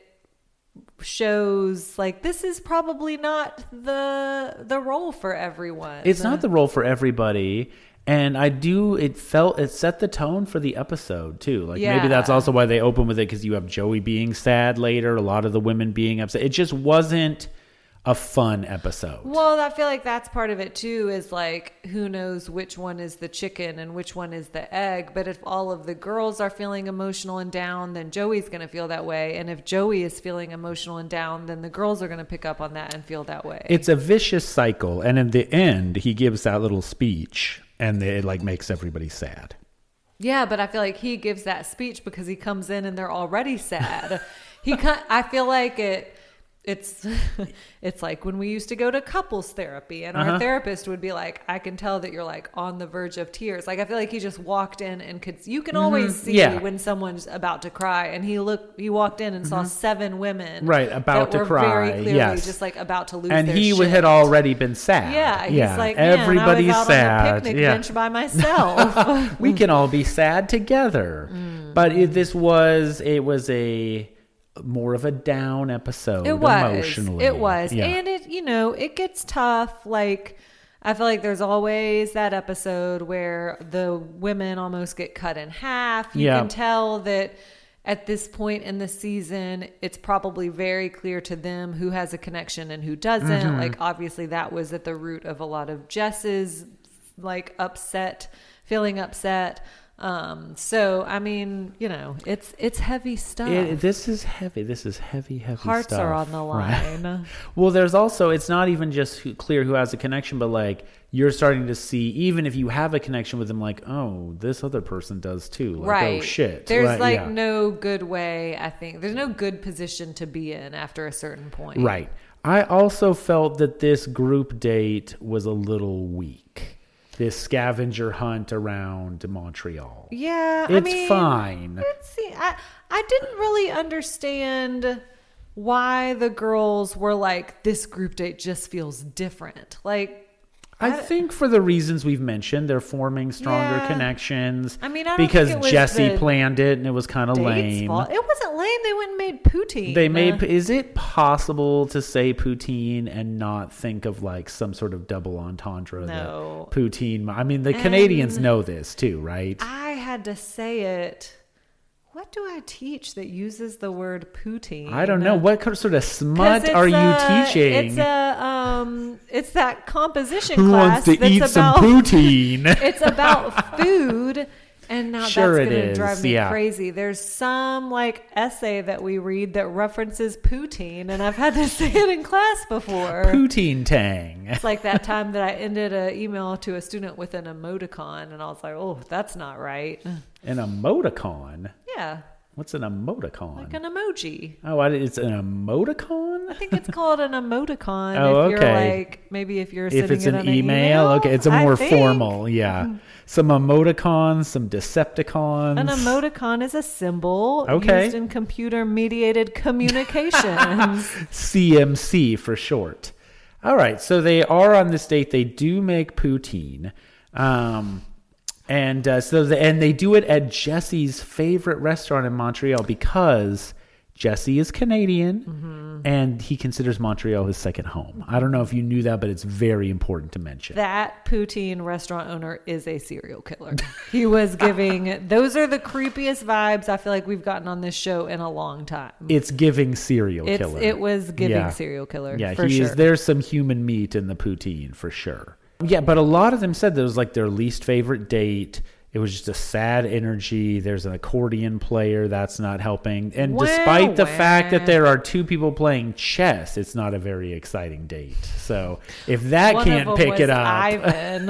Speaker 2: shows like this is probably not the the role for everyone.
Speaker 1: It's not the role for everybody. And I do, it felt, it set the tone for the episode too. Like maybe that's
Speaker 2: Yeah.
Speaker 1: also why they open with it because you have Joey being sad later, a lot of the women being upset. It just wasn't a fun episode.
Speaker 2: Well, I feel like that's part of it too is like who knows which one is the chicken and which one is the egg. But if all of the girls are feeling emotional and down, then Joey's going to feel that way. And if Joey is feeling emotional and down, then the girls are going to pick up on that and feel that way.
Speaker 1: It's a vicious cycle. And in the end, he gives that little speech and it like makes everybody sad.
Speaker 2: yeah, but I feel like he gives that speech because he comes in and they're already sad. he kin- I feel like it it's (laughs) it's like when we used to go to couples therapy and
Speaker 1: Uh-huh.
Speaker 2: our therapist would be like I can tell that you're like on the verge of tears. Like I feel like he just walked in and could you can always see
Speaker 1: Mm-hmm. Yeah.
Speaker 2: when someone's about to cry and he looked he walked in and saw seven women
Speaker 1: Mm-hmm. Right, about to
Speaker 2: were
Speaker 1: cry,
Speaker 2: very clearly
Speaker 1: yes.
Speaker 2: just like about to lose
Speaker 1: and
Speaker 2: their
Speaker 1: he
Speaker 2: shit.
Speaker 1: had already been sad.
Speaker 2: yeah, he's like Man,
Speaker 1: everybody's
Speaker 2: I was out
Speaker 1: sad.
Speaker 2: on a picnic
Speaker 1: yeah. (laughs)
Speaker 2: bench by myself.
Speaker 1: we can all be sad together.
Speaker 2: Mm.
Speaker 1: But it, this was it was a more of a down episode.
Speaker 2: it was
Speaker 1: emotionally.
Speaker 2: it was
Speaker 1: Yeah.
Speaker 2: and it you know it gets tough like i feel like there's always that episode where the women almost get cut in half you
Speaker 1: Yeah.
Speaker 2: can tell that at this point in the season it's probably very clear to them who has a connection and who doesn't
Speaker 1: Mm-hmm.
Speaker 2: like obviously that was at the root of a lot of jess's like upset feeling upset um so i mean you know it's it's heavy stuff
Speaker 1: It- this is heavy. This is heavy, heavy
Speaker 2: uh, hearts
Speaker 1: stuff.
Speaker 2: are on the
Speaker 1: right?
Speaker 2: line
Speaker 1: (laughs) Well, there's also it's not even just who, clear who has a connection, but like you're starting to see even if you have a connection with them, like oh, this other person does too. Like,
Speaker 2: right
Speaker 1: Oh shit.
Speaker 2: there's
Speaker 1: Right,
Speaker 2: like
Speaker 1: yeah.
Speaker 2: no good way i think there's no good position to be in after a certain point
Speaker 1: Right. I also felt that this group date was a little weak. This scavenger hunt around Montreal.
Speaker 2: yeah I
Speaker 1: it's
Speaker 2: mean,
Speaker 1: fine.
Speaker 2: let's see I, I didn't really understand why the girls were like this group date just feels different like
Speaker 1: I think for the reasons we've mentioned, they're forming stronger
Speaker 2: Yeah.
Speaker 1: connections.
Speaker 2: I mean, I don't think
Speaker 1: because
Speaker 2: it was
Speaker 1: Jesse
Speaker 2: the
Speaker 1: planned it and it was kind of
Speaker 2: date's
Speaker 1: lame.
Speaker 2: fault. it wasn't lame they went and made poutine Uh,
Speaker 1: They made. Is it possible to say poutine and not think of like some sort of double entendre? that
Speaker 2: No.
Speaker 1: poutine. I mean, the Canadians know this too, right?
Speaker 2: i had to say it what do i teach that uses the word poutine
Speaker 1: I don't know what kind- sort of
Speaker 2: 'Cause
Speaker 1: smut
Speaker 2: it's
Speaker 1: are you
Speaker 2: a-
Speaker 1: teaching?
Speaker 2: It's a um, it's that composition
Speaker 1: Who wants
Speaker 2: class
Speaker 1: to
Speaker 2: that's
Speaker 1: eat
Speaker 2: about
Speaker 1: some poutine?
Speaker 2: (laughs) it's about food. And now
Speaker 1: Sure it
Speaker 2: that's going to
Speaker 1: is,
Speaker 2: drive me
Speaker 1: yeah.
Speaker 2: crazy. There's some like essay that we read that references poutine, and I've had to (laughs) say it in class
Speaker 1: (laughs)
Speaker 2: before.
Speaker 1: poutine tang.
Speaker 2: It's like that time that I ended an email to a student with
Speaker 1: Uh.
Speaker 2: an emoticon, and I was like, "Oh, that's not right."
Speaker 1: An emoticon.
Speaker 2: Yeah,
Speaker 1: What's an emoticon?
Speaker 2: Like an emoji.
Speaker 1: oh, I, it's an emoticon.
Speaker 2: I think it's called an emoticon.
Speaker 1: Oh,
Speaker 2: if you're
Speaker 1: okay.
Speaker 2: like maybe if you're
Speaker 1: if
Speaker 2: sending
Speaker 1: it's
Speaker 2: it
Speaker 1: an
Speaker 2: on
Speaker 1: email, okay, it's a
Speaker 2: I
Speaker 1: more
Speaker 2: think. Hmm.
Speaker 1: formal, yeah. Some emoticons, some Decepticons.
Speaker 2: An emoticon is a symbol
Speaker 1: Okay.
Speaker 2: used in computer mediated
Speaker 1: (laughs)
Speaker 2: communications.
Speaker 1: CMC for short. All right, so they are on this date. They do make poutine, um, and uh, so the, and they do it at Jesse's favorite restaurant in Montreal because Jesse is Canadian and he considers Montreal his second home. I don't know if you knew that, but it's very important to mention.
Speaker 2: that poutine restaurant owner is a serial killer. He was giving those are the creepiest vibes I feel like we've gotten on this show in a long time.
Speaker 1: it's giving serial
Speaker 2: It's,
Speaker 1: killer.
Speaker 2: it was giving
Speaker 1: Yeah.
Speaker 2: serial killer.
Speaker 1: Yeah,
Speaker 2: for
Speaker 1: he
Speaker 2: sure.
Speaker 1: is. There's some human meat in the poutine for sure. Yeah, but a lot of them said that it was like their least favorite date. It was just a sad energy. There's an accordion player that's not helping, and
Speaker 2: Well,
Speaker 1: despite the fact that
Speaker 2: well.
Speaker 1: there are two people playing chess, it's not a very exciting date. So if that
Speaker 2: One of
Speaker 1: can't
Speaker 2: them
Speaker 1: pick
Speaker 2: was
Speaker 1: it up,
Speaker 2: Ivan.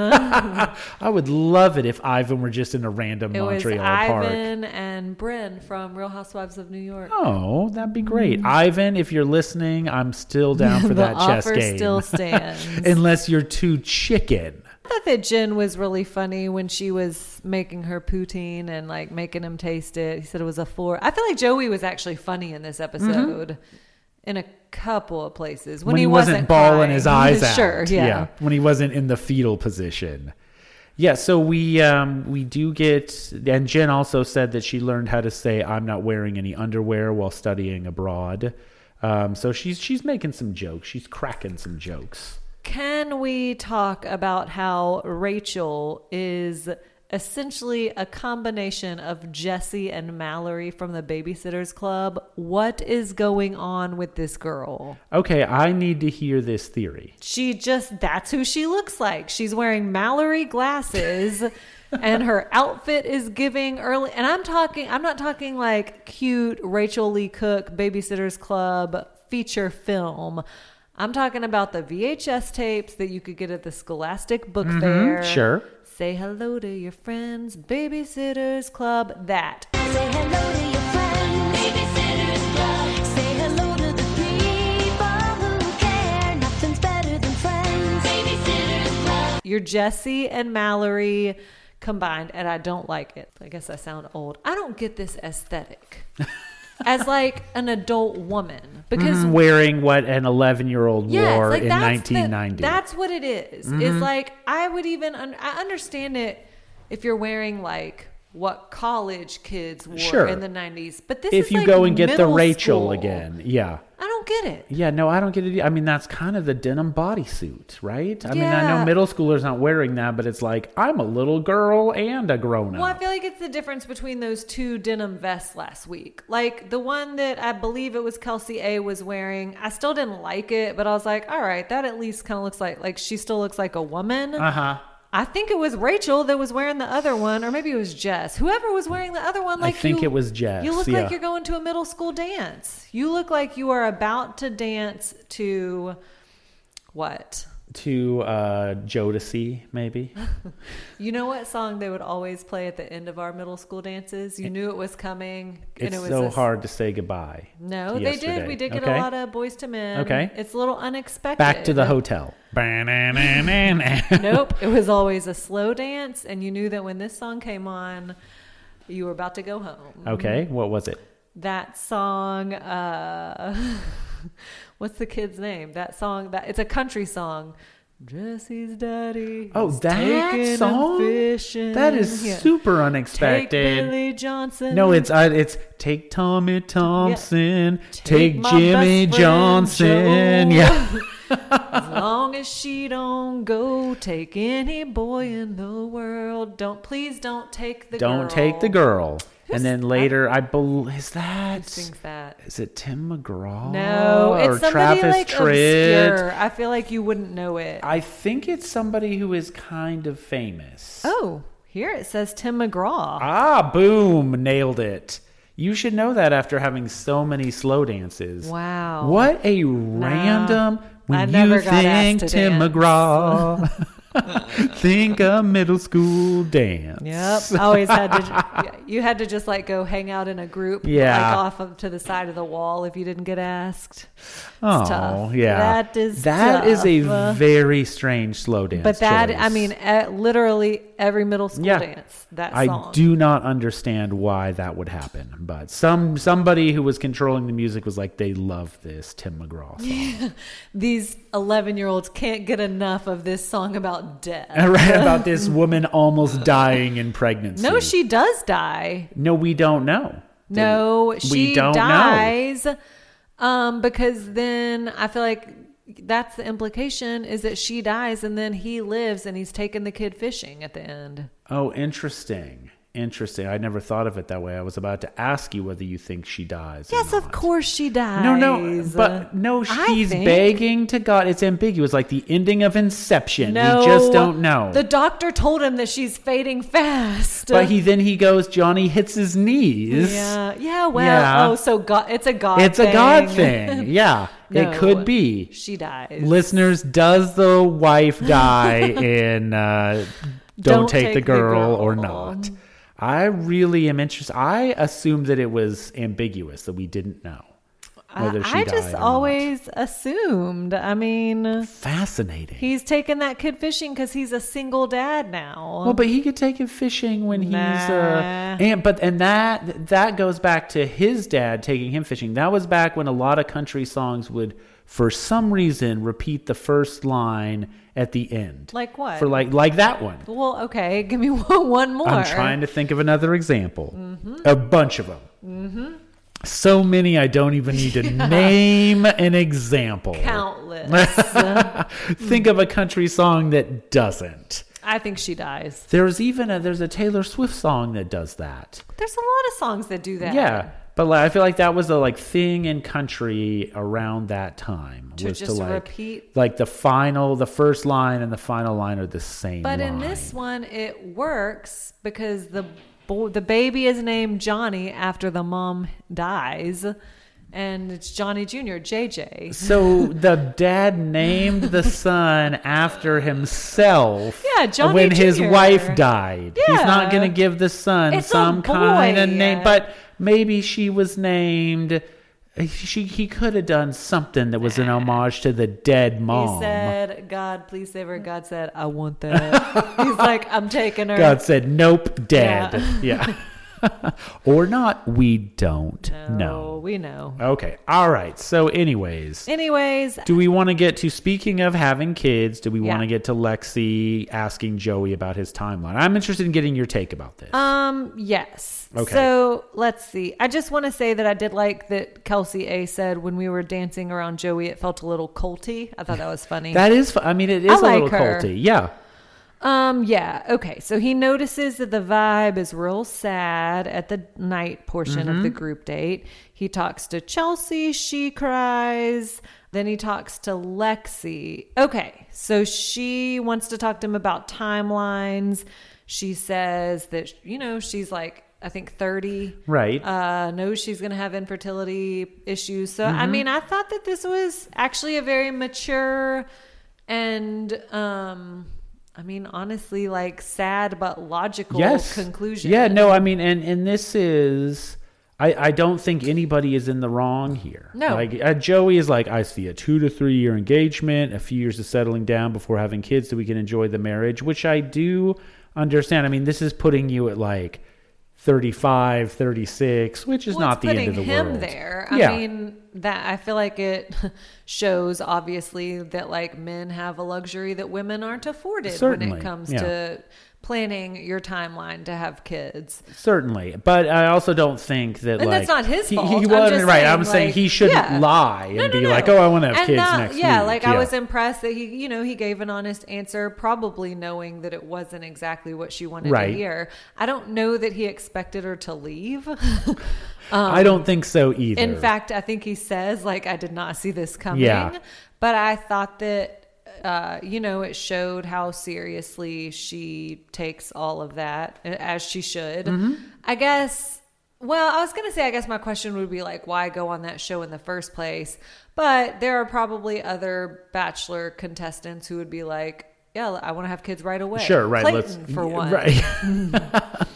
Speaker 1: (laughs) I would love it if Ivan were just in a random
Speaker 2: It was
Speaker 1: Montreal park.
Speaker 2: Ivan and Bryn from Real Housewives of New York.
Speaker 1: Oh, that'd be great, Ivan. If you're listening, I'm still
Speaker 2: (laughs)
Speaker 1: down for
Speaker 2: Mm. the
Speaker 1: that chess
Speaker 2: offer
Speaker 1: game. (laughs)
Speaker 2: still stands.
Speaker 1: Unless you're too chicken.
Speaker 2: I thought that Jen was really funny when she was making her poutine and like making him taste it. He said it was a four. I feel like Joey was actually funny in this
Speaker 1: Mm-hmm.
Speaker 2: episode in a couple of places when,
Speaker 1: when, he wasn't, bawling
Speaker 2: crying.
Speaker 1: his
Speaker 2: (laughs)
Speaker 1: eyes out.
Speaker 2: Sure, yeah.
Speaker 1: When he wasn't in the fetal position. Yeah, so we um, we do get, and Jen also said that she learned how to say "I'm not wearing any underwear" while studying abroad. Um, so she's she's making some jokes. She's cracking some jokes.
Speaker 2: Can we talk about how Rachel is essentially a combination of Jesse and Mallory from the Babysitters Club? What is going on with this girl?
Speaker 1: Okay, I need to hear this theory.
Speaker 2: She just, that's who she looks like. She's wearing Mallory glasses and her outfit is giving early. And I'm talking, I'm not talking like cute Rachel Lee Cook Babysitters Club feature film. I'm talking about the VHS tapes that you could get at the Scholastic Book Fair.
Speaker 1: Sure.
Speaker 2: Say hello to your friends, Babysitters Club. That.
Speaker 3: Say hello to your friends. Babysitters Club. Say hello to the people who care. Nothing's better than friends. Babysitters Club.
Speaker 2: You're Jesse and Mallory combined, and I don't like it. I guess I sound old. I don't get this aesthetic
Speaker 1: (laughs)
Speaker 2: as like an adult woman because
Speaker 1: Mm, Wearing what an 11 year old
Speaker 2: yes,
Speaker 1: wore
Speaker 2: Mm-hmm. like
Speaker 1: in Mm-hmm.
Speaker 2: that's the-
Speaker 1: 1990.
Speaker 2: that's what it is. It's like I would even un- I understand it if you're wearing like what college kids wore
Speaker 1: Sure.
Speaker 2: in the 90s, but this
Speaker 1: if
Speaker 2: is
Speaker 1: you
Speaker 2: like
Speaker 1: go and get the
Speaker 2: middle
Speaker 1: Rachel
Speaker 2: school.
Speaker 1: again, yeah.
Speaker 2: I don't get it.
Speaker 1: Yeah, no, I don't get it. e, I mean, that's kind of the denim bodysuit, right? I mean, I know
Speaker 2: Yeah.
Speaker 1: middle schoolers not wearing that, but it's like I'm a little girl and a grown up.
Speaker 2: Well, I feel like it's the difference between those two denim vests last week. Like the one that I believe it was Kelsey A was wearing. I still didn't like it, but I was like, all right, that at least kind of looks like like she still looks like a woman.
Speaker 1: Uh huh.
Speaker 2: I think it was Rachel that was wearing the other one, or maybe it was Jess. Whoever was wearing the other one, like
Speaker 1: think
Speaker 2: you-
Speaker 1: it was Jess,
Speaker 2: You look
Speaker 1: yeah.
Speaker 2: like you're going to a middle school dance. You look like you are about to dance to what?
Speaker 1: To uh, Jodeci, maybe.
Speaker 2: You know what song they would always play at the end of our middle school dances? You knew it was coming.
Speaker 1: It's
Speaker 2: it was
Speaker 1: so
Speaker 2: a-
Speaker 1: hard to say goodbye.
Speaker 2: No,
Speaker 1: to
Speaker 2: they did.
Speaker 1: yesterday.
Speaker 2: We did get
Speaker 1: Okay.
Speaker 2: a lot of boys to men.
Speaker 1: Okay.
Speaker 2: It's a little unexpected.
Speaker 1: Back to (laughs) the hotel. Ba-na-na-na-na.
Speaker 2: nope. It was always a slow dance, and you knew that when this song came on, you were about to go home.
Speaker 1: (laughs) okay, what was it?
Speaker 2: That song. Uh, (laughs) what's the kid's name? That song. That it's a country song. Jesse's daddy.
Speaker 1: Oh,
Speaker 2: is
Speaker 1: that
Speaker 2: taking him
Speaker 1: song?
Speaker 2: Fishing.
Speaker 1: That is
Speaker 2: Yeah.
Speaker 1: super
Speaker 2: Take
Speaker 1: unexpected.
Speaker 2: Billy Johnson.
Speaker 1: No, it's uh, it's take Tommy Thompson, take,
Speaker 2: my
Speaker 1: Jimmy
Speaker 2: best friend,
Speaker 1: Johnson.
Speaker 2: Joe.
Speaker 1: Yeah.
Speaker 2: As long as she don't go take any boy in the world. Don't please don't take the
Speaker 1: Don't
Speaker 2: girl.
Speaker 1: take the girl.
Speaker 2: Who's
Speaker 1: and then
Speaker 2: that?
Speaker 1: later, I believe is that
Speaker 2: Sings that.
Speaker 1: is it Tim McGraw?
Speaker 2: No,
Speaker 1: Oh, or
Speaker 2: it's somebody
Speaker 1: Travis
Speaker 2: like
Speaker 1: Tritt.
Speaker 2: obscure. I feel like you wouldn't know it.
Speaker 1: I think it's somebody who is kind of famous.
Speaker 2: oh, here it says Tim McGraw.
Speaker 1: Ah, boom! Nailed it. You should know that after having so many slow dances.
Speaker 2: Wow.
Speaker 1: What a random. When
Speaker 2: I
Speaker 1: you
Speaker 2: never got asked
Speaker 1: think
Speaker 2: to
Speaker 1: Tim
Speaker 2: dance.
Speaker 1: McGraw. (laughs) Think a middle school dance.
Speaker 2: Yep. Always
Speaker 1: (laughs)
Speaker 2: had to. You had to just like go hang out in a group,
Speaker 1: Yeah.
Speaker 2: like off of, to the side of the wall if you didn't get asked.
Speaker 1: Oh,
Speaker 2: tough.
Speaker 1: yeah.
Speaker 2: That is
Speaker 1: That is
Speaker 2: tough. Uh,
Speaker 1: a very strange slow dance.
Speaker 2: But that, I
Speaker 1: choice.
Speaker 2: mean, e- literally every middle school
Speaker 1: Yeah.
Speaker 2: dance. That song.
Speaker 1: I do not understand why that would happen, but some somebody who was controlling the music was like, "They love this Tim McGraw song."
Speaker 2: These eleven-year-olds can't get enough of this song
Speaker 1: (laughs)
Speaker 2: about death.
Speaker 1: I
Speaker 2: (laughs)
Speaker 1: read about this woman almost dying in pregnancy.
Speaker 2: No, she does die.
Speaker 1: No, we don't know.
Speaker 2: No, she
Speaker 1: don't know.
Speaker 2: dies. Um, because then I feel like that's the implication is that she dies and then he lives and he's taking the kid fishing at the end.
Speaker 1: Oh, interesting. Interesting. I never thought of it that way. I was about to ask you whether you think she dies. or
Speaker 2: Yes, of
Speaker 1: not.
Speaker 2: course she dies.
Speaker 1: No, no, but no,
Speaker 2: I
Speaker 1: she's
Speaker 2: think-
Speaker 1: begging to God. It's ambiguous, like the ending of Inception.
Speaker 2: No,
Speaker 1: we just don't know.
Speaker 2: The doctor told him that she's fading fast.
Speaker 1: but he then he goes. Johnny hits his knees.
Speaker 2: yeah, yeah. Well,
Speaker 1: Yeah.
Speaker 2: oh, so God, it's a God.
Speaker 1: It's a God
Speaker 2: (laughs)
Speaker 1: thing. Yeah, it
Speaker 2: No,
Speaker 1: could be.
Speaker 2: She dies.
Speaker 1: Listeners, does the wife
Speaker 2: (laughs)
Speaker 1: die in uh, Don't,
Speaker 2: Don't
Speaker 1: take,
Speaker 2: Take
Speaker 1: the,
Speaker 2: the
Speaker 1: girl or
Speaker 2: Girl.
Speaker 1: not? I really am interested. I assumed that it was ambiguous, that we didn't know whether she
Speaker 2: I, I
Speaker 1: died or
Speaker 2: just
Speaker 1: not.
Speaker 2: always assumed. I mean,
Speaker 1: Fascinating.
Speaker 2: he's taking that kid fishing because he's a single dad now.
Speaker 1: well, but he could take him fishing when he's uh,
Speaker 2: Nah.
Speaker 1: and but and that that goes back to his dad taking him fishing. That was back when a lot of country songs would, for some reason, repeat the first line at the end.
Speaker 2: like what?
Speaker 1: for like like that one.
Speaker 2: well, okay, (laughs) give me one, one more.
Speaker 1: I'm trying to think of another example. A bunch of them. So many, I don't even
Speaker 2: (laughs)
Speaker 1: need to name an example.
Speaker 2: Countless.
Speaker 1: (laughs) Think of a country song that doesn't.
Speaker 2: I think she dies.
Speaker 1: There's even a there's a Taylor Swift song that does that.
Speaker 2: There's a lot of songs that do that.
Speaker 1: Yeah, but like, I feel like that was the like thing in country around that time
Speaker 2: To
Speaker 1: was to
Speaker 2: just
Speaker 1: like
Speaker 2: repeat-
Speaker 1: like the final, the first line and the final line are the same.
Speaker 2: But in this one, it works because the bo- the baby is named Johnny after the mom dies, and it's Johnny Junior, JJ.
Speaker 1: So the dad named the son after himself.
Speaker 2: Yeah, Johnny
Speaker 1: When his
Speaker 2: Jr..
Speaker 1: wife died, he's not
Speaker 2: Yeah.
Speaker 1: going to give the son
Speaker 2: It's a
Speaker 1: some kind of
Speaker 2: boy.
Speaker 1: name. But maybe she was named. She he could have done something that was an homage to the dead mom.
Speaker 2: He said, "God, please save her." God said, "I want that."
Speaker 1: (laughs)
Speaker 2: He's like, "I'm taking her."
Speaker 1: God said, "Nope, dead." (laughs) Yeah, or not. We don't
Speaker 2: no,
Speaker 1: know.
Speaker 2: we know.
Speaker 1: Okay, all right. So, anyways,
Speaker 2: Anyways,
Speaker 1: Do we want to get to speaking of having kids? Do we want to
Speaker 2: Yeah.
Speaker 1: get to Lexi asking Joey about his timeline? I'm interested in getting your take about this.
Speaker 2: Um, yes.
Speaker 1: Okay.
Speaker 2: So let's see. I just want to say that I did like that Kelsey A said when we were dancing around Joey, it felt a little culty. I thought that was funny.
Speaker 1: that is, fu- I mean, it is
Speaker 2: I
Speaker 1: a little
Speaker 2: like her.
Speaker 1: culty. Yeah,
Speaker 2: um, yeah. Okay. So he notices that the vibe is real sad at the night portion of the group date. He talks to Chelsea. She cries. Then he talks to Lexi. Okay. So she wants to talk to him about timelines. She says that, you know, she's like, I think 30.
Speaker 1: right.
Speaker 2: uh, knows she's going to have infertility issues. So,
Speaker 1: Mm-hmm.
Speaker 2: I mean, I thought that this was actually a very mature and, um, I mean, honestly, like sad but logical
Speaker 1: yes.
Speaker 2: conclusion.
Speaker 1: Yeah. No. I mean, and and this is. I, I don't think anybody is in the wrong here.
Speaker 2: No.
Speaker 1: Like, uh, Joey is like, I see a two to three year engagement, a few years of settling down before having kids so we can enjoy the marriage, which I do understand. I mean, this is putting you at like 35, 36, which is
Speaker 2: Well,
Speaker 1: not the end of the
Speaker 2: him
Speaker 1: world.
Speaker 2: there. I
Speaker 1: Yeah.
Speaker 2: mean, that I feel like it (laughs) shows obviously that like men have a luxury that women aren't afforded when
Speaker 1: Certainly,
Speaker 2: it comes
Speaker 1: yeah.
Speaker 2: to planning your timeline to have kids.
Speaker 1: Certainly, but I also don't think that
Speaker 2: And
Speaker 1: like
Speaker 2: that's not his
Speaker 1: he,
Speaker 2: fault.
Speaker 1: He
Speaker 2: I'm
Speaker 1: wasn't
Speaker 2: just
Speaker 1: right.
Speaker 2: saying,
Speaker 1: I'm saying
Speaker 2: like,
Speaker 1: he shouldn't
Speaker 2: yeah.
Speaker 1: lie and
Speaker 2: No,
Speaker 1: be
Speaker 2: no, no.
Speaker 1: like, "Oh, I want to have
Speaker 2: And
Speaker 1: kids
Speaker 2: that-
Speaker 1: next
Speaker 2: yeah,
Speaker 1: week."
Speaker 2: like I was impressed that he, you know, he gave an honest answer, probably knowing that it wasn't exactly what she wanted
Speaker 1: Right.
Speaker 2: to hear. I don't know that he expected her to leave. (laughs)
Speaker 1: I don't think so either.
Speaker 2: Um, In fact, I think he says, like, I did not see this coming.
Speaker 1: Yeah.
Speaker 2: But I thought that, uh, you know, it showed how seriously she takes all of that, a- as she should.
Speaker 1: Mm-hmm.
Speaker 2: I guess, well, I was going to say, I guess my question would be, like, why go on that show in the first place? But there are probably other Bachelor contestants who would be like, yeah, I want to have kids right away.
Speaker 1: Sure, right.
Speaker 2: Clayton,
Speaker 1: let's
Speaker 2: for
Speaker 1: yeah,
Speaker 2: one.
Speaker 1: Right. (laughs)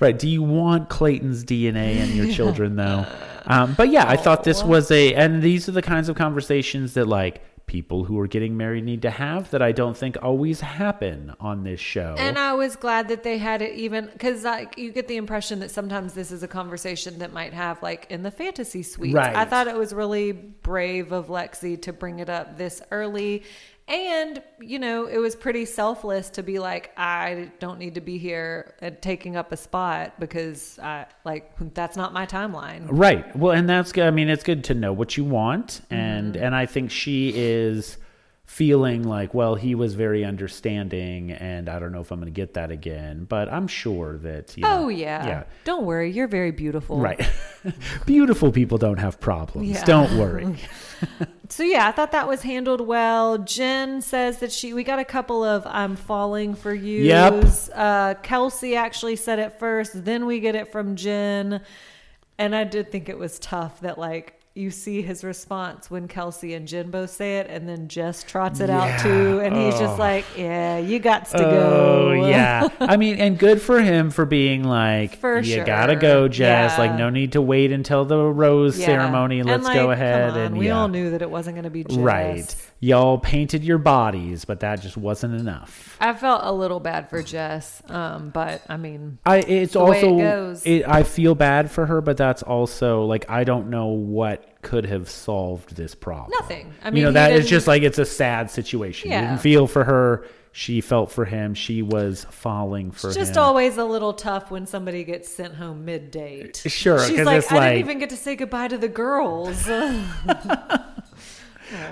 Speaker 1: right. Do you want Clayton's DNA in your children
Speaker 2: (laughs)
Speaker 1: though? Um, but yeah, I thought this was a, and these are the kinds of conversations that like people who are getting married need to have that I don't think always happen on this show.
Speaker 2: And I was glad that they had it even because like you get the impression that sometimes this is a conversation that might have like in the fantasy suite.
Speaker 1: Right.
Speaker 2: I thought it was really brave of Lexi to bring it up this early. And, you know, it was pretty selfless to be like, I don't need to be here and taking up a spot because I like that's not my timeline.
Speaker 1: Right. Well, and that's good. I mean, it's good to know what you want, and
Speaker 2: Mm-hmm.
Speaker 1: and I think she is feeling like, well, he was very understanding, and I don't know if I'm going to get that again, but I'm sure that. You know,
Speaker 2: Oh yeah.
Speaker 1: Yeah.
Speaker 2: Don't worry, you're very beautiful.
Speaker 1: Right. (laughs) Beautiful people don't have problems.
Speaker 2: Yeah.
Speaker 1: Don't
Speaker 2: (laughs)
Speaker 1: worry.
Speaker 2: So yeah, I thought that was handled well. Jen says that she we got a couple of I'm falling for you.
Speaker 1: Yep.
Speaker 2: Uh, Kelsey actually said it first, then we get it from Jen. And I did think it was tough that like you see his response when Kelsey and Jen both say it, and then Jess trots it out too, and he's just like, "Yeah, you got to go."
Speaker 1: Oh yeah. I mean, and good for him for being like,
Speaker 2: For
Speaker 1: you
Speaker 2: sure.
Speaker 1: gotta go, Jess.
Speaker 2: Yeah.
Speaker 1: Like, no need to wait until the rose
Speaker 2: (laughs) Yeah.
Speaker 1: ceremony.
Speaker 2: And,
Speaker 1: Let's go
Speaker 2: like,
Speaker 1: ahead.
Speaker 2: come on,
Speaker 1: and
Speaker 2: we
Speaker 1: yeah.
Speaker 2: all knew that it wasn't going to be Jess.
Speaker 1: Right. Y'all painted your bodies, but that just wasn't enough.
Speaker 2: I felt a little bad for Jess, um, but I mean,
Speaker 1: I it's
Speaker 2: The way it
Speaker 1: also
Speaker 2: goes.
Speaker 1: it- I feel bad for her, but that's also like I don't know what could have solved this problem.
Speaker 2: Nothing. I
Speaker 1: you
Speaker 2: mean,
Speaker 1: know
Speaker 2: he
Speaker 1: that it's
Speaker 2: didn't-
Speaker 1: just like it's a sad situation. You
Speaker 2: Yeah.
Speaker 1: didn't feel for her. She felt for him. She was falling for
Speaker 2: It's
Speaker 1: him.
Speaker 2: just always a little tough when somebody gets sent home mid date.
Speaker 1: Sure,
Speaker 2: she's
Speaker 1: 'cause
Speaker 2: like,
Speaker 1: it's
Speaker 2: I
Speaker 1: like-
Speaker 2: didn't even get to say goodbye to the (laughs) girls.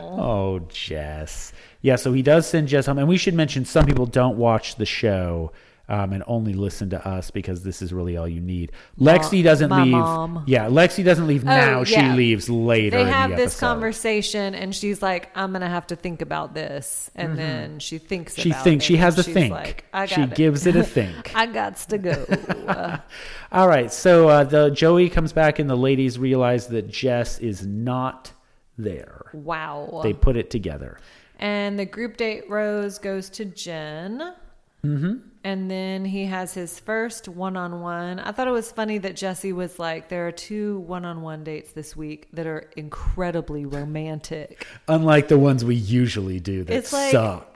Speaker 1: Oh, Jess. Yeah, so he does send Jess home. And we should mention some people don't watch the show um, and only listen to us because this is really all you need. Lexi doesn't
Speaker 2: my
Speaker 1: leave.
Speaker 2: mom. Oh,
Speaker 1: Yeah, Lexi doesn't leave now.
Speaker 2: yeah.
Speaker 1: She leaves later.
Speaker 2: they
Speaker 1: in the
Speaker 2: have this
Speaker 1: episode.
Speaker 2: conversation, and she's like, "I'm gonna have to think about this," and then she thinks.
Speaker 1: Mm-hmm. She
Speaker 2: about
Speaker 1: thinks
Speaker 2: it,
Speaker 1: she has
Speaker 2: and
Speaker 1: a
Speaker 2: she's
Speaker 1: think.
Speaker 2: Like, I got
Speaker 1: she
Speaker 2: it.
Speaker 1: gives
Speaker 2: (laughs)
Speaker 1: it a think.
Speaker 2: I got to go.
Speaker 1: (laughs) All right, so uh, the Joey comes back and the ladies realize that Jess is not there.
Speaker 2: wow.
Speaker 1: They put it together.
Speaker 2: And the group date rose goes to Jen. Mm-hmm. And then he has his first one on one. I thought it was funny that Jesse was like, there are two one on one dates this week that are incredibly romantic.
Speaker 1: Unlike the ones we usually do that
Speaker 2: it's like
Speaker 1: suck.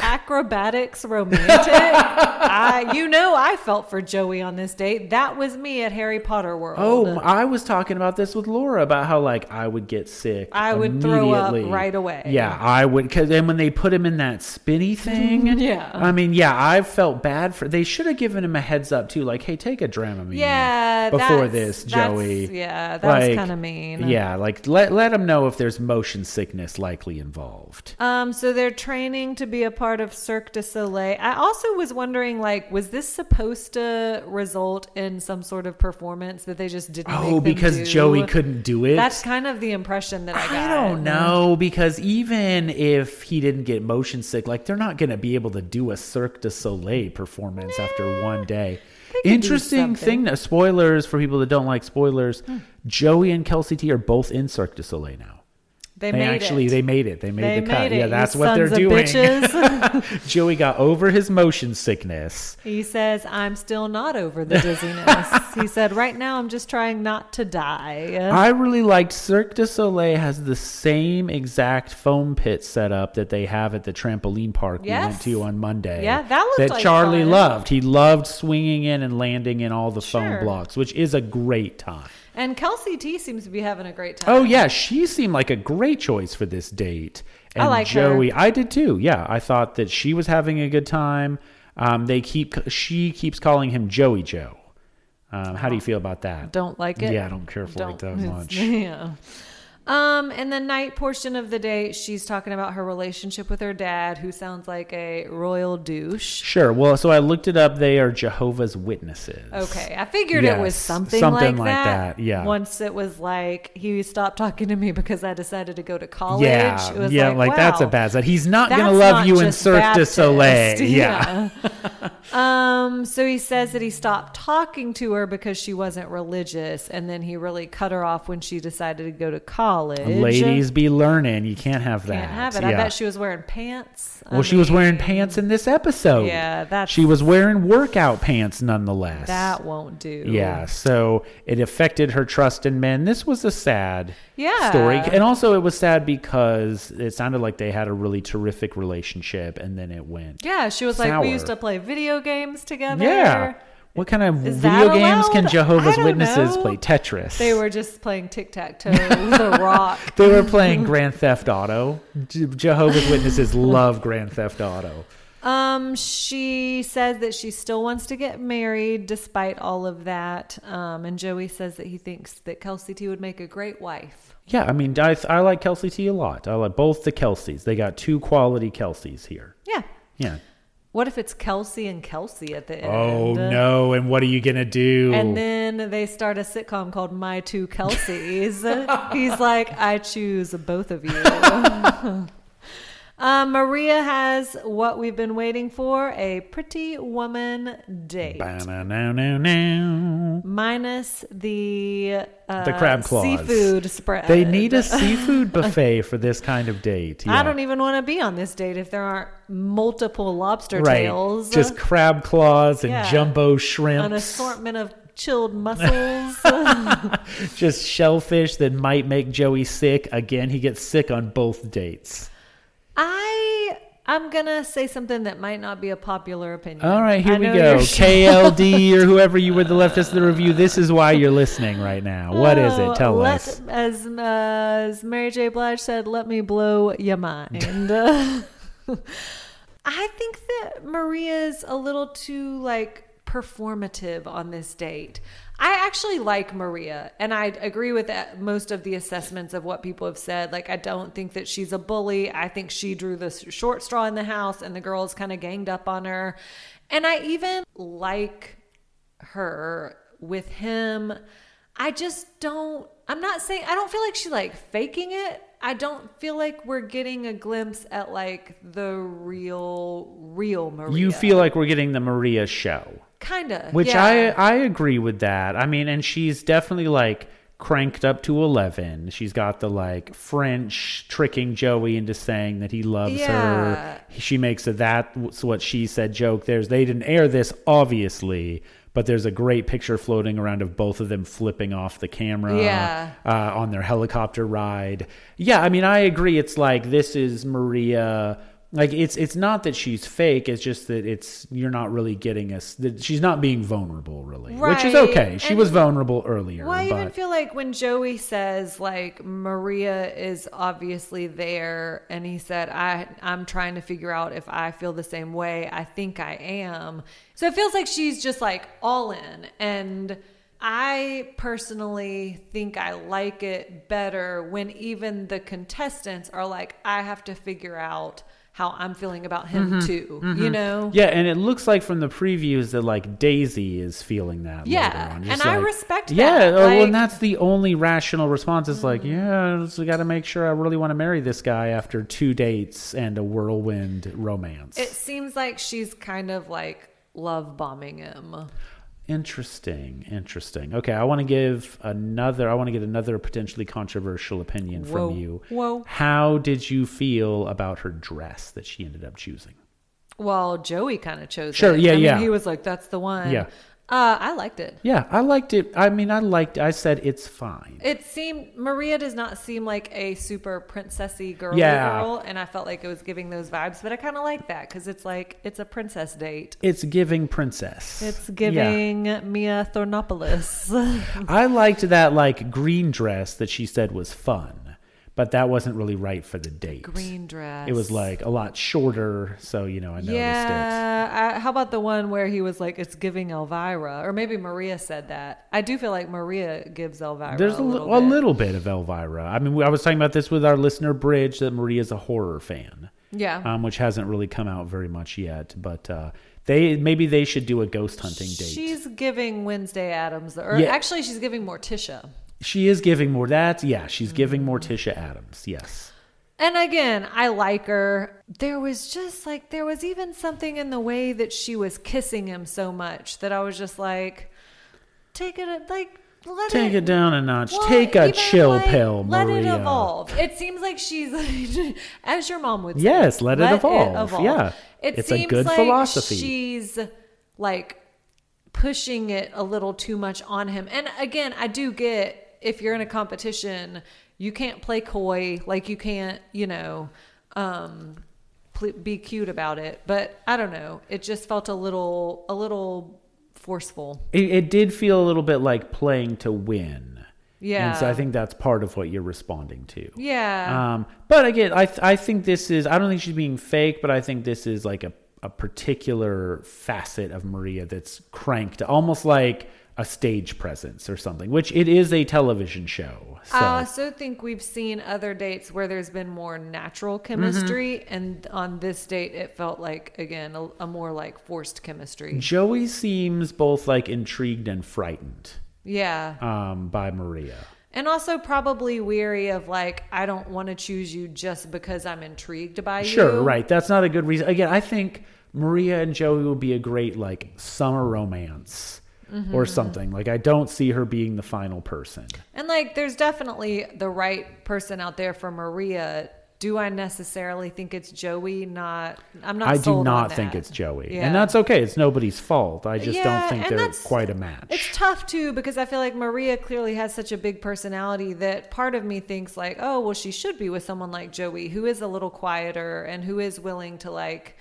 Speaker 1: (laughs)
Speaker 2: acrobatics romantic. I, you know, I felt for Joey on this date. That was me at Harry Potter World.
Speaker 1: Oh, m- I was talking about this with Laura about how like I would get sick.
Speaker 2: I would throw up
Speaker 1: immediately.
Speaker 2: right away.
Speaker 1: Yeah, I would because then when they put him in that
Speaker 2: (laughs)
Speaker 1: spinny thing,
Speaker 2: Yeah.
Speaker 1: I mean, yeah, I felt bad for. They should have given him a heads up too, like, hey, take a Dramamine.
Speaker 2: yeah.
Speaker 1: before
Speaker 2: that's-
Speaker 1: this,
Speaker 2: that's-
Speaker 1: Joey.
Speaker 2: Yeah, that was
Speaker 1: Like,
Speaker 2: kind of mean.
Speaker 1: Yeah, like let let him know if there's motion sickness likely involved.
Speaker 2: Um, so they're training to be a part of Cirque du Soleil. I also was wondering, like, was this supposed to result in some sort of performance that they just didn't? make
Speaker 1: Oh,
Speaker 2: them
Speaker 1: because
Speaker 2: do?
Speaker 1: Joey couldn't do it.
Speaker 2: That's kind of the impression that I got. Mm.
Speaker 1: I don't know because even if he didn't get motion sick, like they're not going to be able to do a Cirque du Soleil performance after one day.
Speaker 2: do
Speaker 1: Interesting
Speaker 2: something. Hmm.
Speaker 1: thing. That, spoilers for people that don't like spoilers. Joey and Kelsey T are both in Cirque du Soleil now.
Speaker 2: They,
Speaker 1: They,
Speaker 2: made
Speaker 1: actually
Speaker 2: it.
Speaker 1: they made it. They made
Speaker 2: They
Speaker 1: the cut.
Speaker 2: made it,
Speaker 1: yeah,
Speaker 2: you
Speaker 1: that's what they're
Speaker 2: sons of
Speaker 1: doing. (laughs)
Speaker 2: bitches. (laughs)
Speaker 1: Joey got over his motion sickness.
Speaker 2: he says, "I'm still not over the dizziness." he said, "Right now, I'm just trying not to die."
Speaker 1: I really liked Cirque du Soleil has the same exact foam pit setup that they have at the trampoline park we went
Speaker 2: Yes.
Speaker 1: to on Monday.
Speaker 2: Yeah, that looked like
Speaker 1: Charlie
Speaker 2: fun.
Speaker 1: loved. He loved swinging in and landing in all the
Speaker 2: Sure.
Speaker 1: foam blocks, which is a great time.
Speaker 2: and Kelsey T seems to be having a great time.
Speaker 1: Oh yeah, she seemed like a great choice for this date.
Speaker 2: I
Speaker 1: And
Speaker 2: like her.
Speaker 1: Joey, I did too. Yeah, I thought that she was having a good time. Um, they keep she keeps calling him Joey Joe. Um, how do you feel about that?
Speaker 2: Don't like it.
Speaker 1: Yeah, I don't care for it that
Speaker 2: (laughs) Don't-
Speaker 1: much.
Speaker 2: Yeah. Um, and the night portion of the day, she's talking about her relationship with her dad, who sounds like a royal douche.
Speaker 1: Sure. Well, so I looked it up. They are Jehovah's Witnesses.
Speaker 2: Okay, I figured it was
Speaker 1: Yes,
Speaker 2: something,
Speaker 1: something
Speaker 2: like,
Speaker 1: like
Speaker 2: that.
Speaker 1: that, yeah.
Speaker 2: Once it was like he stopped talking to me because I decided to go to college.
Speaker 1: Yeah.
Speaker 2: It was
Speaker 1: yeah. Like, that's a
Speaker 2: wow,
Speaker 1: bad side. He's not going to
Speaker 2: that's
Speaker 1: love
Speaker 2: not
Speaker 1: you in
Speaker 2: just (laughs)
Speaker 1: Cirque du
Speaker 2: Baptist.
Speaker 1: Soleil. Yeah.
Speaker 2: Yeah. (laughs) Um, so he says that he stopped talking to her because she wasn't religious, and then he really cut her off when she decided to go to college.
Speaker 1: Ladies be learning. You can't have that.
Speaker 2: can't have it. I
Speaker 1: Yeah.
Speaker 2: bet she was wearing pants. I
Speaker 1: Well, she was wearing
Speaker 2: mean,
Speaker 1: pants in this episode.
Speaker 2: Yeah, that's-
Speaker 1: she was wearing workout pants nonetheless.
Speaker 2: That won't do.
Speaker 1: Yeah, so it affected her trust in men. This was a sad
Speaker 2: Yeah.
Speaker 1: story. And also, it was sad because it sounded like they had a really terrific relationship and then it went.
Speaker 2: Yeah, she was like,
Speaker 1: Sour.
Speaker 2: we used to play video games together.
Speaker 1: Yeah. What kind of
Speaker 2: Is that
Speaker 1: video games can
Speaker 2: allowed? I
Speaker 1: Jehovah's
Speaker 2: don't
Speaker 1: Witnesses
Speaker 2: know.
Speaker 1: play? Tetris.
Speaker 2: They were just playing tic tac (laughs) toe with a rock.
Speaker 1: (laughs) They were
Speaker 2: (laughs)
Speaker 1: playing Grand Theft Auto. Je- Jehovah's Witnesses love Grand Theft Auto.
Speaker 2: Um, she says that she still wants to get married despite all of that. Um, and Joey says that he thinks that Kelsey T would make a great wife.
Speaker 1: Yeah, I mean, I, I like Kelsey T a lot. I like both the Kelseys. They got two quality Kelseys here.
Speaker 2: Yeah.
Speaker 1: Yeah.
Speaker 2: What if it's Kelsey and Kelsey at the end?
Speaker 1: Oh no! And what are you gonna do?
Speaker 2: And then they start a sitcom called My
Speaker 1: (laughs)
Speaker 2: Two Kelseys. He's like, I choose both of you. um, Maria has what we've been waiting for a pretty woman date.
Speaker 1: Ba-na-na-na-na.
Speaker 2: minus the uh,
Speaker 1: The crab claws.
Speaker 2: seafood spread.
Speaker 1: They need
Speaker 2: (laughs)
Speaker 1: a seafood buffet for this kind of date.
Speaker 2: Uh, I
Speaker 1: Yeah.
Speaker 2: don't even want to be on this date if there aren't multiple lobster
Speaker 1: right.
Speaker 2: tails,
Speaker 1: Just crab claws and
Speaker 2: Yeah.
Speaker 1: jumbo
Speaker 2: an
Speaker 1: shrimps,
Speaker 2: assortment of
Speaker 1: (laughs)
Speaker 2: chilled mussels.
Speaker 1: just shellfish that might make Joey sick. Again, he gets sick on both dates.
Speaker 2: I I'm gonna say something that might not be a popular opinion.
Speaker 1: All right, here
Speaker 2: I
Speaker 1: we
Speaker 2: know
Speaker 1: go.
Speaker 2: you're-
Speaker 1: KLD or whoever you were that left us the review. This is why you're listening right now. What is
Speaker 2: Oh,
Speaker 1: it? Tell
Speaker 2: let-
Speaker 1: us.
Speaker 2: As, as Mary J. Blige said, let me blow
Speaker 1: (laughs)
Speaker 2: your mind. (laughs) Uh, I think that Maria's a little too like performative on this date. I actually like Maria and I agree with that- most of the assessments of what people have said. Like, I don't think that she's a bully. I think she drew the s- short straw in the house and the girls kind of ganged up on her. And I even like her with him. I just don't I'm not saying I don't feel like she like faking it. I don't feel like we're getting a glimpse at like the real real Maria.
Speaker 1: You feel like we're getting the Maria show.
Speaker 2: kind of
Speaker 1: Which I I agree with that. I mean, and she's definitely like cranked up to eleven. She's got the like French tricking Joey into saying that he loves
Speaker 2: Yeah.
Speaker 1: her. She makes a that's what she said joke. There's they didn't air this obviously, but there's a great picture floating around of both of them flipping off the camera
Speaker 2: Yeah.
Speaker 1: uh, on their helicopter ride. Yeah, I mean, I agree. It's like this is Maria. Like it's it's not that she's fake. It's just that it's you're not really getting us. That she's not being vulnerable, really, which is
Speaker 2: Right,
Speaker 1: okay. She
Speaker 2: and-
Speaker 1: was vulnerable earlier,
Speaker 2: Well, I
Speaker 1: but
Speaker 2: even feel like when Joey says like Maria is obviously there, and he said I I'm trying to figure out if I feel the same way. I think I am. So it feels like she's just like all in, and I personally think I like it better when even the contestants are like I have to figure out how I'm feeling about him too. You know.
Speaker 1: yeah, and it looks like from the previews that like Daisy is feeling that.
Speaker 2: Yeah,
Speaker 1: later on.
Speaker 2: and
Speaker 1: Just
Speaker 2: I
Speaker 1: like-
Speaker 2: respect
Speaker 1: Yeah,
Speaker 2: that,
Speaker 1: oh, well,
Speaker 2: like- Mm.
Speaker 1: and that's the only rational response. Is like, yeah, so got to make sure I really want to marry this guy after two dates and a whirlwind romance.
Speaker 2: It seems like she's kind of like love bombing him.
Speaker 1: Interesting, interesting. Okay, I want to give another. I want to get another potentially controversial opinion
Speaker 2: Whoa,
Speaker 1: from you.
Speaker 2: whoa.
Speaker 1: How did you feel about her dress that she ended up choosing?
Speaker 2: Well, Joey kind of chose.
Speaker 1: Sure,
Speaker 2: it.
Speaker 1: yeah,
Speaker 2: I mean,
Speaker 1: yeah.
Speaker 2: He was like, "That's the one."
Speaker 1: Yeah.
Speaker 2: uh, I liked it.
Speaker 1: Yeah, I liked it. I mean, I liked. I said it's fine.
Speaker 2: It seemed Maria does not seem like a super princessy girly
Speaker 1: Yeah.
Speaker 2: girl, and I felt like it was giving those vibes. But I kind of like that because it's like it's a princess date.
Speaker 1: It's giving princess.
Speaker 2: It's
Speaker 1: Yeah.
Speaker 2: giving Mia
Speaker 1: (laughs)
Speaker 2: Thornopoulos.
Speaker 1: I liked that like green dress that she said was fun, but that wasn't really right for the date.
Speaker 2: Green dress.
Speaker 1: It was like a lot shorter, so you know I noticed it.
Speaker 2: Yeah. I, how about the one where he was like, "It's giving Elvira," or maybe Maria said that. I do feel like Maria gives Elvira.
Speaker 1: There's
Speaker 2: a
Speaker 1: a,
Speaker 2: little,
Speaker 1: li- a
Speaker 2: bit.
Speaker 1: little bit of Elvira. I mean, we- I was talking about this with our listener Bridge that Maria's a horror fan,
Speaker 2: Yeah.
Speaker 1: um, which hasn't really come out very much yet. But uh, they maybe they should do a ghost hunting date.
Speaker 2: She's giving Wednesday Adams, or
Speaker 1: Yeah.
Speaker 2: actually, she's giving Morticia. Mm.
Speaker 1: she is giving more that. Yeah, she's giving Morticia Adams. Yes,
Speaker 2: And again, I like her. There was just like, there was even something in the way that she was kissing him so much that I was just like, take it, like, let
Speaker 1: Take
Speaker 2: it
Speaker 1: it down a notch.
Speaker 2: well,
Speaker 1: Take a
Speaker 2: even,
Speaker 1: chill
Speaker 2: like,
Speaker 1: pill, Maria.
Speaker 2: Let it evolve. It seems like she's, (laughs) like, as your mom would say.
Speaker 1: Yes, let it evolve. Yeah.
Speaker 2: It
Speaker 1: It's a
Speaker 2: seems
Speaker 1: good
Speaker 2: like
Speaker 1: philosophy.
Speaker 2: she's like pushing it a little too much on him. And again, I do get if you're in a competition, you can't play coy. Like you can't, you know, um, pl- be cute about it. But I don't know. It just felt a little, a little forceful.
Speaker 1: It, it did feel a little bit like playing to win.
Speaker 2: Yeah.
Speaker 1: And so I think that's part of what you're responding to.
Speaker 2: Yeah.
Speaker 1: Um, but again, I, th- I think this is, I don't think she's being fake, but I think this is like a, a particular facet of Maria that's cranked, almost like a stage presence or something, which it is a television show. So
Speaker 2: I also think we've seen other dates where there's been more natural chemistry,
Speaker 1: Mm-hmm.
Speaker 2: and on this date, it felt like again a, a more like forced chemistry.
Speaker 1: Joey seems both like intrigued and frightened
Speaker 2: Yeah,
Speaker 1: um, by Maria.
Speaker 2: and also probably weary of like I don't want to choose you just because I'm intrigued by you.
Speaker 1: Sure, right. That's not a good reason. Again, I think Maria and Joey would be a great like summer romance
Speaker 2: Mm-hmm.
Speaker 1: or something. Like I don't see her being the final person.
Speaker 2: And like, there's definitely the right person out there for Maria. Do I necessarily think it's Joey? Not. I'm not.
Speaker 1: I do
Speaker 2: sold on
Speaker 1: not think
Speaker 2: that.
Speaker 1: it's Joey.
Speaker 2: Yeah.
Speaker 1: And that's okay. It's nobody's fault. I just
Speaker 2: Yeah,
Speaker 1: don't think
Speaker 2: and
Speaker 1: they're
Speaker 2: that's-
Speaker 1: quite a match.
Speaker 2: It's tough too because I feel like Maria clearly has such a big personality that part of me thinks like, oh, well, she should be with someone like Joey, who is a little quieter and who is willing to like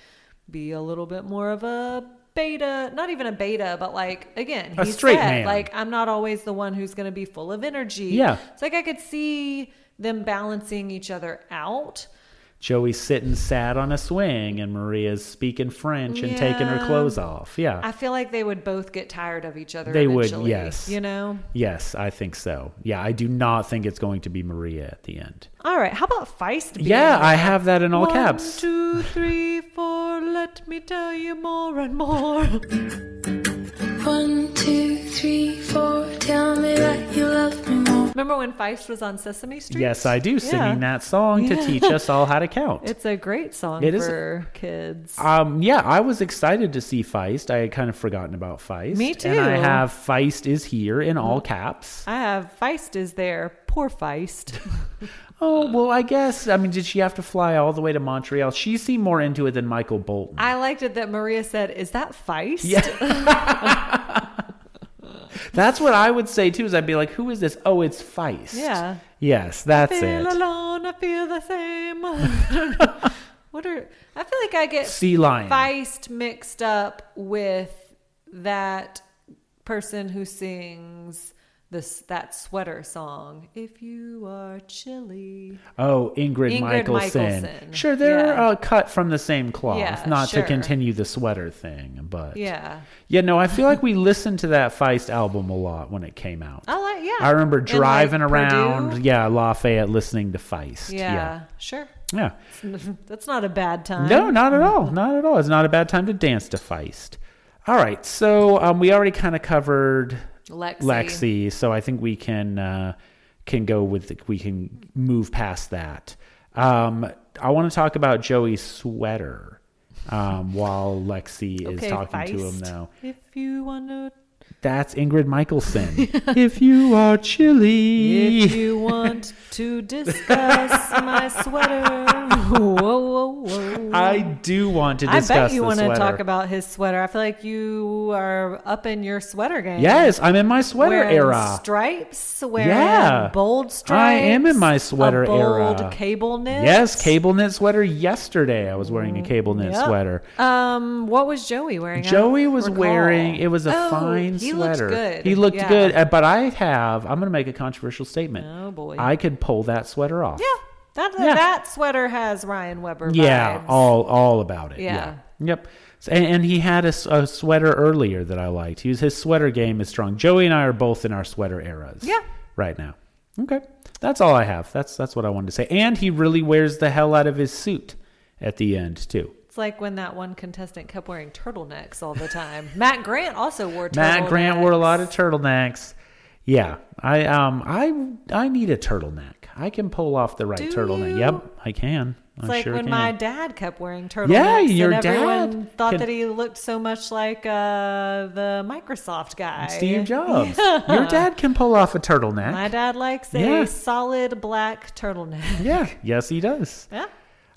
Speaker 2: be a little bit more of a beta, not even a beta, but like again,
Speaker 1: A
Speaker 2: he
Speaker 1: straight
Speaker 2: said,
Speaker 1: man.
Speaker 2: Like I'm not always the one who's going to be full of energy.
Speaker 1: Yeah.
Speaker 2: it's like I could see them balancing each other out.
Speaker 1: Joey's sitting sad on a swing and Maria's speaking French and taking her
Speaker 2: Yeah.
Speaker 1: clothes off. Yeah.
Speaker 2: I feel like they would both get tired of each other.
Speaker 1: They would,
Speaker 2: eventually,
Speaker 1: yes.
Speaker 2: You know.
Speaker 1: yes, I think so. Yeah, I do not think it's going to be Maria at the end.
Speaker 2: All right. How about Feist? being
Speaker 1: Yeah,
Speaker 2: there?
Speaker 1: I have that in all
Speaker 2: One,
Speaker 1: caps.
Speaker 2: two, three, four. Let me tell you more and more.
Speaker 3: One, two, three, four. Tell me that you love me more.
Speaker 2: (laughs) Remember when Feist was on Sesame Street?
Speaker 1: Yes, I do. Singing
Speaker 2: Yeah.
Speaker 1: that song to
Speaker 2: Yeah.
Speaker 1: teach us all
Speaker 2: (laughs)
Speaker 1: how to count.
Speaker 2: It's a great song
Speaker 1: It is-
Speaker 2: for kids.
Speaker 1: Um, yeah, I was excited to see Feist. I had kind of forgotten about Feist.
Speaker 2: Me too. Mm.
Speaker 1: And I have Feist is here in all caps.
Speaker 2: I have Feist is there. Poor Feist.
Speaker 1: (laughs) Oh, well, I guess. I mean, did she have to fly all the way to Montreal? She seemed more into it than Michael Bolton.
Speaker 2: I liked it that Maria said, "Is that Feist?"
Speaker 1: yeah. That's what I would say too. Is I'd be like, "Who is this? Oh, it's Feist."
Speaker 2: Yeah.
Speaker 1: Yes, that's
Speaker 2: Feel
Speaker 1: it.
Speaker 2: alone. I feel
Speaker 1: (laughs)
Speaker 2: the same. I don't know. what are? I feel like I get
Speaker 1: Sea lion.
Speaker 2: Feist mixed up with that person who sings this that sweater song. If you are chilly,
Speaker 1: Oh, Ingrid,
Speaker 2: Ingrid
Speaker 1: Michaelson.
Speaker 2: Michaelson.
Speaker 1: Sure, they're
Speaker 2: Yeah.
Speaker 1: uh, cut from the same cloth,
Speaker 2: Yeah,
Speaker 1: not
Speaker 2: sure.
Speaker 1: to continue the sweater thing, but
Speaker 2: yeah,
Speaker 1: Yeah, no, I feel like we listened to that Feist album a lot when it came out.
Speaker 2: I like yeah.
Speaker 1: I remember
Speaker 2: And, Ah, like,
Speaker 1: driving around,
Speaker 2: Purdue.
Speaker 1: yeah, Lafayette listening to Feist.
Speaker 2: Yeah,
Speaker 1: Yeah.
Speaker 2: sure. (laughs)
Speaker 1: Yeah.
Speaker 2: That's not a bad time.
Speaker 1: No, not at all. Not at all. It's not a bad time to dance to Feist. All right. So um, we already kind of covered
Speaker 2: Lexi.
Speaker 1: Lexi, so I think we can uh, can go with we can move past that. Um, I want to talk about Joey's sweater um, while Lexi is
Speaker 2: Okay,
Speaker 1: talking to him
Speaker 2: Feist.
Speaker 1: now.
Speaker 2: If you wanna,
Speaker 1: That's Ingrid Michaelson. (laughs) if you are chilly.
Speaker 2: if you want to discuss my sweater, (laughs) whoa, whoa, whoa.
Speaker 1: I do want to
Speaker 2: I
Speaker 1: discuss
Speaker 2: bet you
Speaker 1: the
Speaker 2: want to
Speaker 1: sweater.
Speaker 2: talk about his sweater. I feel like you are up in your sweater game.
Speaker 1: Yes, I'm in my sweater
Speaker 2: wearing
Speaker 1: era.
Speaker 2: Stripes, wearing
Speaker 1: Yeah.
Speaker 2: bold stripes.
Speaker 1: I am in my sweater
Speaker 2: a bold
Speaker 1: era.
Speaker 2: cable knit.
Speaker 1: yes, cable knit sweater. Yesterday I was wearing a cable knit
Speaker 2: Mm-hmm. Yep.
Speaker 1: sweater.
Speaker 2: Um, what was Joey wearing? I
Speaker 1: Joey
Speaker 2: don't
Speaker 1: was
Speaker 2: recall.
Speaker 1: wearing it was a
Speaker 2: Oh,
Speaker 1: fine
Speaker 2: he
Speaker 1: sweater.
Speaker 2: Looked good.
Speaker 1: He looked
Speaker 2: Yeah.
Speaker 1: good, uh, but I have I'm going to make a controversial statement.
Speaker 2: Oh, boy.
Speaker 1: I could pull that sweater off.
Speaker 2: Yeah, that
Speaker 1: Yeah.
Speaker 2: that sweater has Ryan Weber.
Speaker 1: Yeah,
Speaker 2: vibes.
Speaker 1: all all about it. Yeah.
Speaker 2: Yeah.
Speaker 1: Yep. So, and, and he had a, s- a sweater earlier that I liked. He was, his sweater game is strong. Joey and I are both in our sweater eras.
Speaker 2: Yeah.
Speaker 1: Right now. Okay. That's all I have. That's that's what I wanted to say. And he really wears the hell out of his suit at the end too.
Speaker 2: It's like when that one contestant kept wearing turtlenecks all the time. Matt Grant also wore. turtlenecks.
Speaker 1: Matt Grant wore a lot of turtlenecks. Yeah. I um I I need a turtleneck. I can pull off the right
Speaker 2: Do
Speaker 1: turtleneck.
Speaker 2: you?
Speaker 1: Yep, I can. I
Speaker 2: It's like
Speaker 1: sure
Speaker 2: when
Speaker 1: can.
Speaker 2: my dad kept wearing turtlenecks.
Speaker 1: Yeah, your
Speaker 2: and everyone
Speaker 1: dad
Speaker 2: thought
Speaker 1: can-
Speaker 2: that he looked so much like uh, the Microsoft guy. (laughs)
Speaker 1: Steve Jobs. Your dad can pull off a turtleneck.
Speaker 2: My dad likes
Speaker 1: Yeah.
Speaker 2: a solid black turtleneck. (laughs)
Speaker 1: yeah, yes, he does.
Speaker 2: Yeah.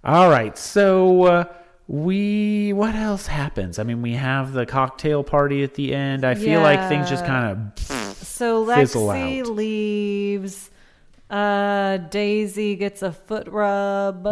Speaker 1: All right, so uh, we what else happens? I mean, we have the cocktail party at the end. I feel like things just kind of
Speaker 2: So
Speaker 1: Fizzle
Speaker 2: Lexi
Speaker 1: out.
Speaker 2: leaves. Uh, Daisy gets a foot rub.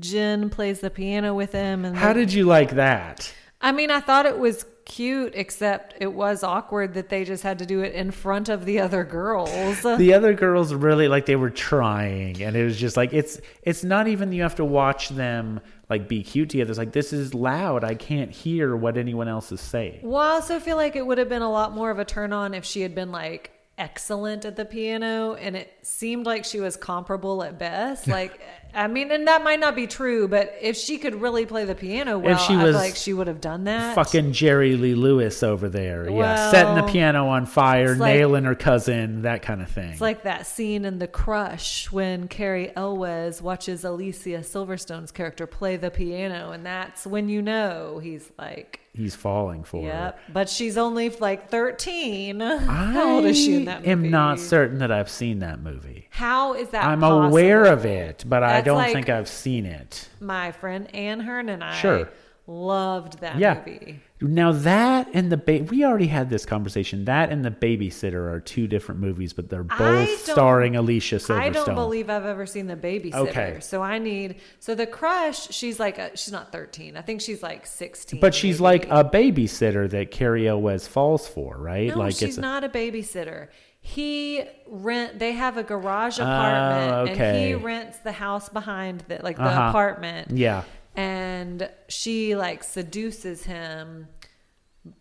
Speaker 2: Jen plays the piano with him. And
Speaker 1: Mm-hmm. How
Speaker 2: they-
Speaker 1: did you like that?
Speaker 2: I mean, I thought it was cute, except it was awkward that they just had to do it in front of the
Speaker 1: (laughs)
Speaker 2: other girls.
Speaker 1: The other girls really like they were trying and it was just like it's it's not even you have to watch them like be cute together. It's like this is loud. I can't hear what anyone else is saying.
Speaker 2: Well, I also feel like it would have been a lot more of a turn on if she had been like excellent at the piano and it seemed like she was comparable
Speaker 1: (laughs)
Speaker 2: at best. Like, I mean, and that might not be true, but if she could really play the piano well,
Speaker 1: she
Speaker 2: I feel
Speaker 1: was
Speaker 2: like she would have done that.
Speaker 1: Fucking Jerry Lee Lewis over there. yeah, setting the
Speaker 2: Well,
Speaker 1: piano on fire,
Speaker 2: it's like-
Speaker 1: nailing her cousin, that kind of thing.
Speaker 2: It's like that scene in The Crush when Carrie Elwes watches Alicia Silverstone's character play the piano, and that's when you know he's like,
Speaker 1: He's falling for her.
Speaker 2: yep. But she's only like 13. How old is she in that movie?
Speaker 1: I am not certain that I've seen that movie.
Speaker 2: How is that
Speaker 1: I'm
Speaker 2: possible?
Speaker 1: aware of it, but I
Speaker 2: That's
Speaker 1: don't
Speaker 2: like-
Speaker 1: think I've seen it.
Speaker 2: my friend Anne Hearn and I
Speaker 1: Sure.
Speaker 2: loved that
Speaker 1: Yeah.
Speaker 2: movie.
Speaker 1: Now that and the ba- we already had this conversation. That and the Babysitter are two different movies, but they're both
Speaker 2: don't-
Speaker 1: starring Alicia Silverstone.
Speaker 2: I don't believe I've ever seen the babysitter.
Speaker 1: Okay.
Speaker 2: So I need so the crush, she's like a, she's not 13. I think she's like 16.
Speaker 1: but she's
Speaker 2: maybe.
Speaker 1: like a babysitter that Carrie Elwes falls for, right?
Speaker 2: No,
Speaker 1: like
Speaker 2: she's
Speaker 1: a-
Speaker 2: not a babysitter. He rent they have a garage apartment and
Speaker 1: Ah, okay.
Speaker 2: he rents the house behind the like the
Speaker 1: Uh-huh.
Speaker 2: apartment.
Speaker 1: yeah.
Speaker 2: and she like seduces him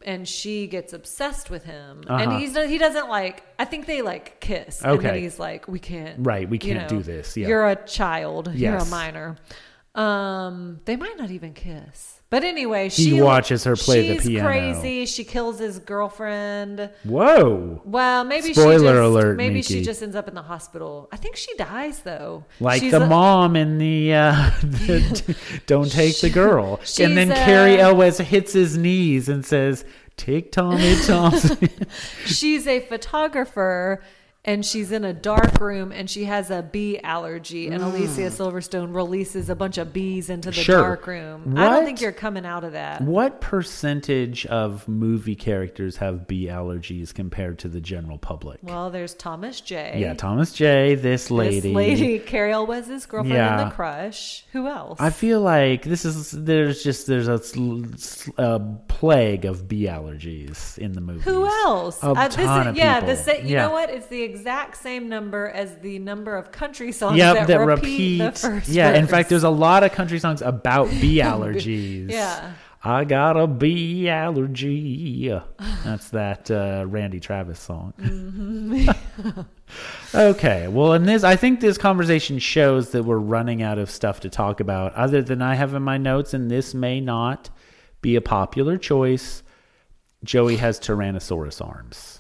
Speaker 2: and she gets obsessed with him and
Speaker 1: Uh-huh.
Speaker 2: he's he doesn't like i think they like kiss and then
Speaker 1: Okay.
Speaker 2: he's like we can't
Speaker 1: Right, we
Speaker 2: you
Speaker 1: can't do this, yeah.
Speaker 2: you're a child you're a
Speaker 1: Yes.
Speaker 2: minor um they might not even kiss but anyway
Speaker 1: He
Speaker 2: she
Speaker 1: watches her play the
Speaker 2: she's
Speaker 1: piano.
Speaker 2: crazy she kills his girlfriend
Speaker 1: Whoa.
Speaker 2: well maybe
Speaker 1: Spoiler
Speaker 2: she just,
Speaker 1: alert,
Speaker 2: maybe she
Speaker 1: Nikki.
Speaker 2: just ends up in the hospital i think she dies though
Speaker 1: Like
Speaker 2: She's
Speaker 1: the
Speaker 2: a-
Speaker 1: mom in the, uh, (laughs)
Speaker 2: (laughs)
Speaker 1: the "Don't Take the Girl," and then
Speaker 2: she's, uh,
Speaker 1: Carrie Elwes hits his knees and says, "Take Tommy
Speaker 2: (laughs)
Speaker 1: Thompson."
Speaker 2: she's a photographer and she's in a dark room and she has a bee allergy and Alicia Silverstone releases a bunch of bees into the
Speaker 1: Mm. Sure.
Speaker 2: dark room. I don't think
Speaker 1: What?
Speaker 2: you're coming out of that.
Speaker 1: What percentage of movie characters have bee allergies compared to the general public?
Speaker 2: Well, there's Thomas J.
Speaker 1: yeah, Thomas J, this lady.
Speaker 2: This lady, Carrie Elwes's girlfriend in
Speaker 1: Yeah.
Speaker 2: The Crush. Who else?
Speaker 1: I feel like this is there's just there's a, sl- sl- a plague of bee allergies in the movies.
Speaker 2: Who else?
Speaker 1: A
Speaker 2: Uh,
Speaker 1: ton
Speaker 2: is-
Speaker 1: of
Speaker 2: yeah, the
Speaker 1: people.
Speaker 2: sa- you
Speaker 1: Yeah.
Speaker 2: know what? It's the exact same number as the number of country songs
Speaker 1: Yep,
Speaker 2: that,
Speaker 1: that,
Speaker 2: repeat,
Speaker 1: repeat.
Speaker 2: the (laughs) first.
Speaker 1: yeah, in fact,
Speaker 2: verse.
Speaker 1: there's a lot of country songs about
Speaker 2: (laughs)
Speaker 1: bee (laughs) allergies.
Speaker 2: Yeah.
Speaker 1: I got a bee allergy. That's that uh, Randy Travis song.
Speaker 2: Mm-hmm.
Speaker 1: (laughs) okay, well, in this, I think this conversation shows that we're running out of stuff to talk about, other than I have in my notes, and this may not be a popular choice. Joey has Tyrannosaurus arms.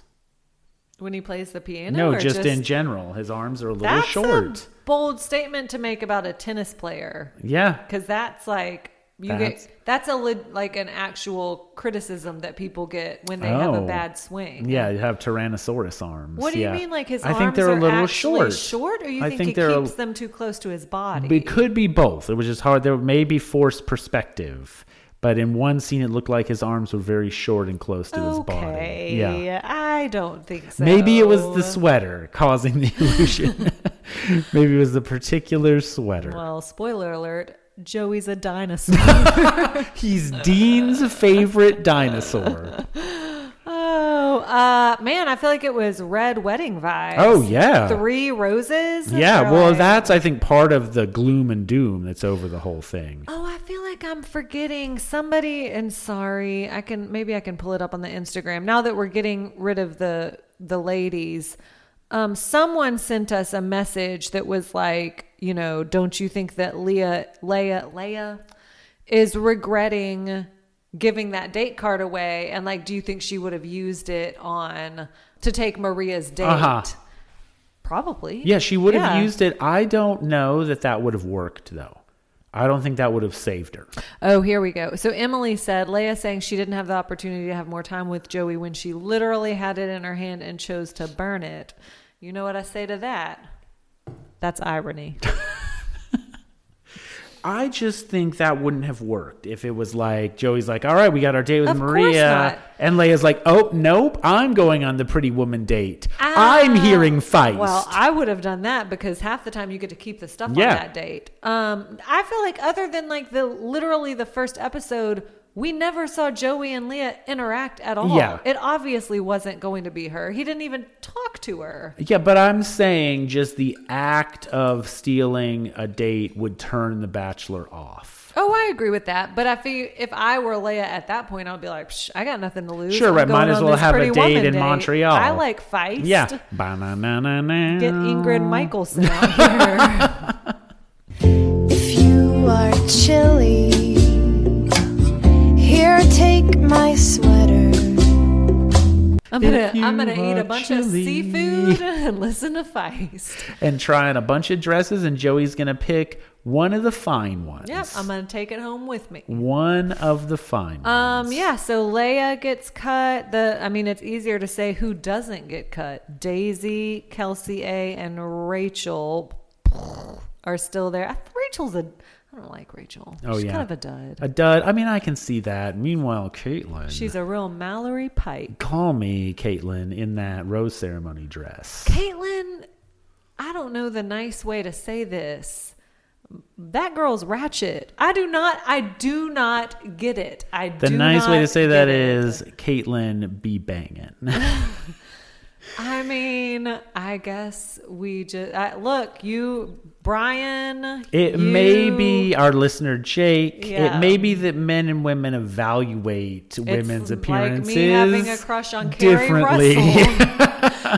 Speaker 2: when he plays the piano.
Speaker 1: No,
Speaker 2: or
Speaker 1: just,
Speaker 2: just
Speaker 1: in general, his arms are a little
Speaker 2: That's
Speaker 1: short.
Speaker 2: a bold statement to make about a tennis player
Speaker 1: yeah,
Speaker 2: because that's like you
Speaker 1: That's-
Speaker 2: get that's a lit- like an actual criticism that people get when they have a
Speaker 1: Oh.
Speaker 2: bad swing.
Speaker 1: Yeah, you have Tyrannosaurus arms.
Speaker 2: What do you
Speaker 1: yeah.
Speaker 2: mean? Like his
Speaker 1: I
Speaker 2: arms
Speaker 1: think they're
Speaker 2: are
Speaker 1: a little
Speaker 2: actually
Speaker 1: short.
Speaker 2: short, or you
Speaker 1: I
Speaker 2: think,
Speaker 1: think
Speaker 2: it
Speaker 1: they're a-
Speaker 2: keeps them too close to his body?
Speaker 1: It could be both. It was just hard. There may be forced perspective, but in one scene, it looked like his arms were very short and close to his body.
Speaker 2: okay,
Speaker 1: Yeah.
Speaker 2: I don't think so.
Speaker 1: Maybe it was the sweater causing the
Speaker 2: (laughs)
Speaker 1: illusion. Maybe it was the particular sweater.
Speaker 2: Well, spoiler alert: Joey's
Speaker 1: (laughs)
Speaker 2: a dinosaur.
Speaker 1: He's Dean's favorite
Speaker 2: (laughs)
Speaker 1: dinosaur.
Speaker 2: oh, uh, man, I feel like it was red wedding vibes.
Speaker 1: Oh, yeah.
Speaker 2: three roses.
Speaker 1: Yeah,
Speaker 2: They're
Speaker 1: well,
Speaker 2: like-
Speaker 1: that's, I think, part of the gloom and doom that's over the whole thing.
Speaker 2: Oh, I feel like I'm forgetting somebody and sorry. I can maybe I can pull it up on the Instagram. Now that we're getting rid of the the ladies, um someone sent us a message that was like, you know, don't you think that Leah Leah Leah is regretting giving that date card away and like do you think she would have used it on to take Maria's date?
Speaker 1: Uh-huh.
Speaker 2: Probably.
Speaker 1: Yeah, she would have
Speaker 2: Yeah.
Speaker 1: used it. I don't know that that would have worked though. I don't think that would have saved her.
Speaker 2: Oh, here we go. So Emily said, Leia saying she didn't have the opportunity to have more time with Joey when she literally had it in her hand and chose to burn it. You know what I say to that? That's irony.
Speaker 1: I just think that wouldn't have worked if it was like Joey's like, "All right, we got our date with
Speaker 2: Of course
Speaker 1: Maria,"
Speaker 2: not.
Speaker 1: and Leia's like, "Oh, nope, I'm going on the pretty woman date. (laughs) I'm
Speaker 2: Ah.
Speaker 1: hearing feist."
Speaker 2: Well, I would have done that because half the time you get to keep the stuff
Speaker 1: Yeah.
Speaker 2: on that date. Um, I feel like other than like the literally the first episode, we never saw Joey and Leah interact at all.
Speaker 1: Yeah.
Speaker 2: It obviously wasn't going to be her. He didn't even talk to her.
Speaker 1: yeah, but I'm saying just the act of stealing a date would turn the bachelor off.
Speaker 2: Oh, I agree with that. But I feel if I were Leia at that point, I'd be like, Psh, I got nothing to lose.
Speaker 1: Sure,
Speaker 2: I'm
Speaker 1: right, might
Speaker 2: going
Speaker 1: as
Speaker 2: on
Speaker 1: well
Speaker 2: this
Speaker 1: have a
Speaker 2: Pretty
Speaker 1: date
Speaker 2: Woman
Speaker 1: in Montreal.
Speaker 2: I like Feist.
Speaker 1: Yeah.
Speaker 2: Get
Speaker 1: Ba-na-na-na-na.
Speaker 2: Ingrid (laughs) Michaelson out here.
Speaker 3: If you are chilly, here, take my sweater.
Speaker 2: I'm gonna
Speaker 1: If
Speaker 2: I'm gonna
Speaker 1: you
Speaker 2: eat
Speaker 1: are
Speaker 2: a bunch of
Speaker 1: chilly.
Speaker 2: seafood (laughs) and listen to Feist.
Speaker 1: and trying a bunch of dresses, and Joey's gonna pick one of the fine ones.
Speaker 2: Yep, I'm gonna take it home with me.
Speaker 1: one of the fine.
Speaker 2: Um,
Speaker 1: ones.
Speaker 2: yeah, so Leia gets cut. The I mean, it's easier to say who doesn't get cut. Daisy, Kelsey A, and Rachel are still there. I- Rachel's a I don't like Rachel.
Speaker 1: Oh,
Speaker 2: She's
Speaker 1: yeah.
Speaker 2: kind of a dud.
Speaker 1: a dud. I mean, I can see that. Meanwhile, Caitlyn.
Speaker 2: She's a real Mallory Pike.
Speaker 1: call me Caitlyn in that rose ceremony dress.
Speaker 2: Caitlin, I don't know the nice way to say this. That girl's ratchet. I do not. I do not get it. I
Speaker 1: The
Speaker 2: do
Speaker 1: nice way
Speaker 2: not
Speaker 1: to say
Speaker 2: get
Speaker 1: that
Speaker 2: it.
Speaker 1: is Caitlyn be
Speaker 2: (laughs)
Speaker 1: banging.
Speaker 2: I mean, I guess we just I, look. You, Brian.
Speaker 1: It may
Speaker 2: you-
Speaker 1: be our listener Jake. It
Speaker 2: Yeah.
Speaker 1: may be that men and women evaluate women's
Speaker 2: like me
Speaker 1: appearances
Speaker 2: having a crush on Carrie Russell.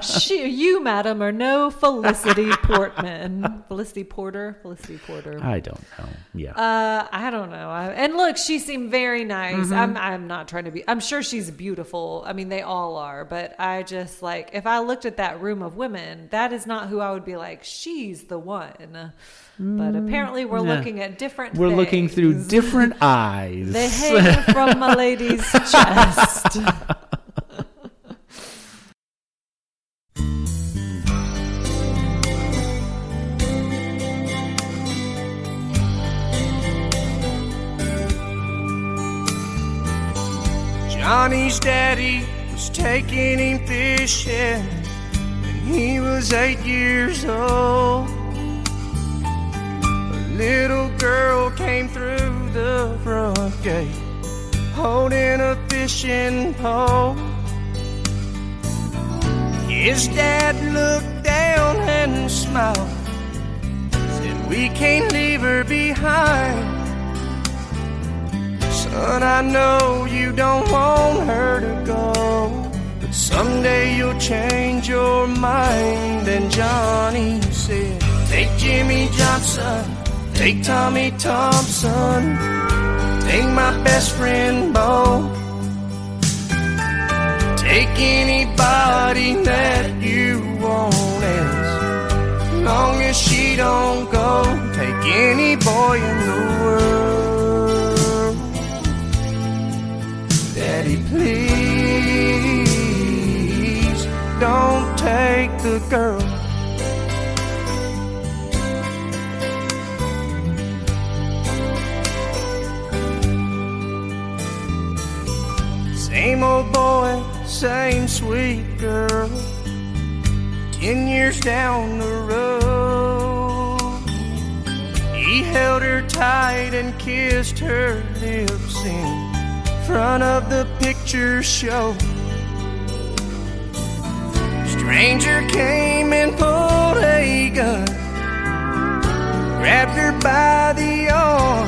Speaker 2: She, you, madam, are no Felicity Portman. Felicity Porter. Felicity Porter.
Speaker 1: (laughs) I don't know. Yeah.
Speaker 2: Uh, I don't know. I, and look, she seemed very nice.
Speaker 1: Mm-hmm.
Speaker 2: I'm, I'm not trying to be. I'm sure she's beautiful. I mean, they all are. But I just like if I looked at that room of women, that is not who I would be like. She's the one. But apparently, we're
Speaker 1: nah.
Speaker 2: looking at different.
Speaker 1: Mm, We're looking through
Speaker 2: things.
Speaker 1: different eyes. (laughs)
Speaker 2: (laughs) They hang from my lady's chest.
Speaker 4: Johnny's daddy was taking him fishing when he was eight years old. A little girl came through the front gate holding a fishing pole. His dad looked down and smiled, said, We can't leave her behind. Son, I know you don't want her to go, but someday you'll change your mind. And Johnny said, Take Jimmy Johnson, take Tommy Thompson, take my best friend Bo, take anybody that you want. As long as she don't go, take any boy in the world. Daddy, please don't take the girl. Same old boy, same sweet girl. Ten years down the road, he held her tight and kissed her lips in front of the picture show. Stranger came and pulled a gun, grabbed her by the arm,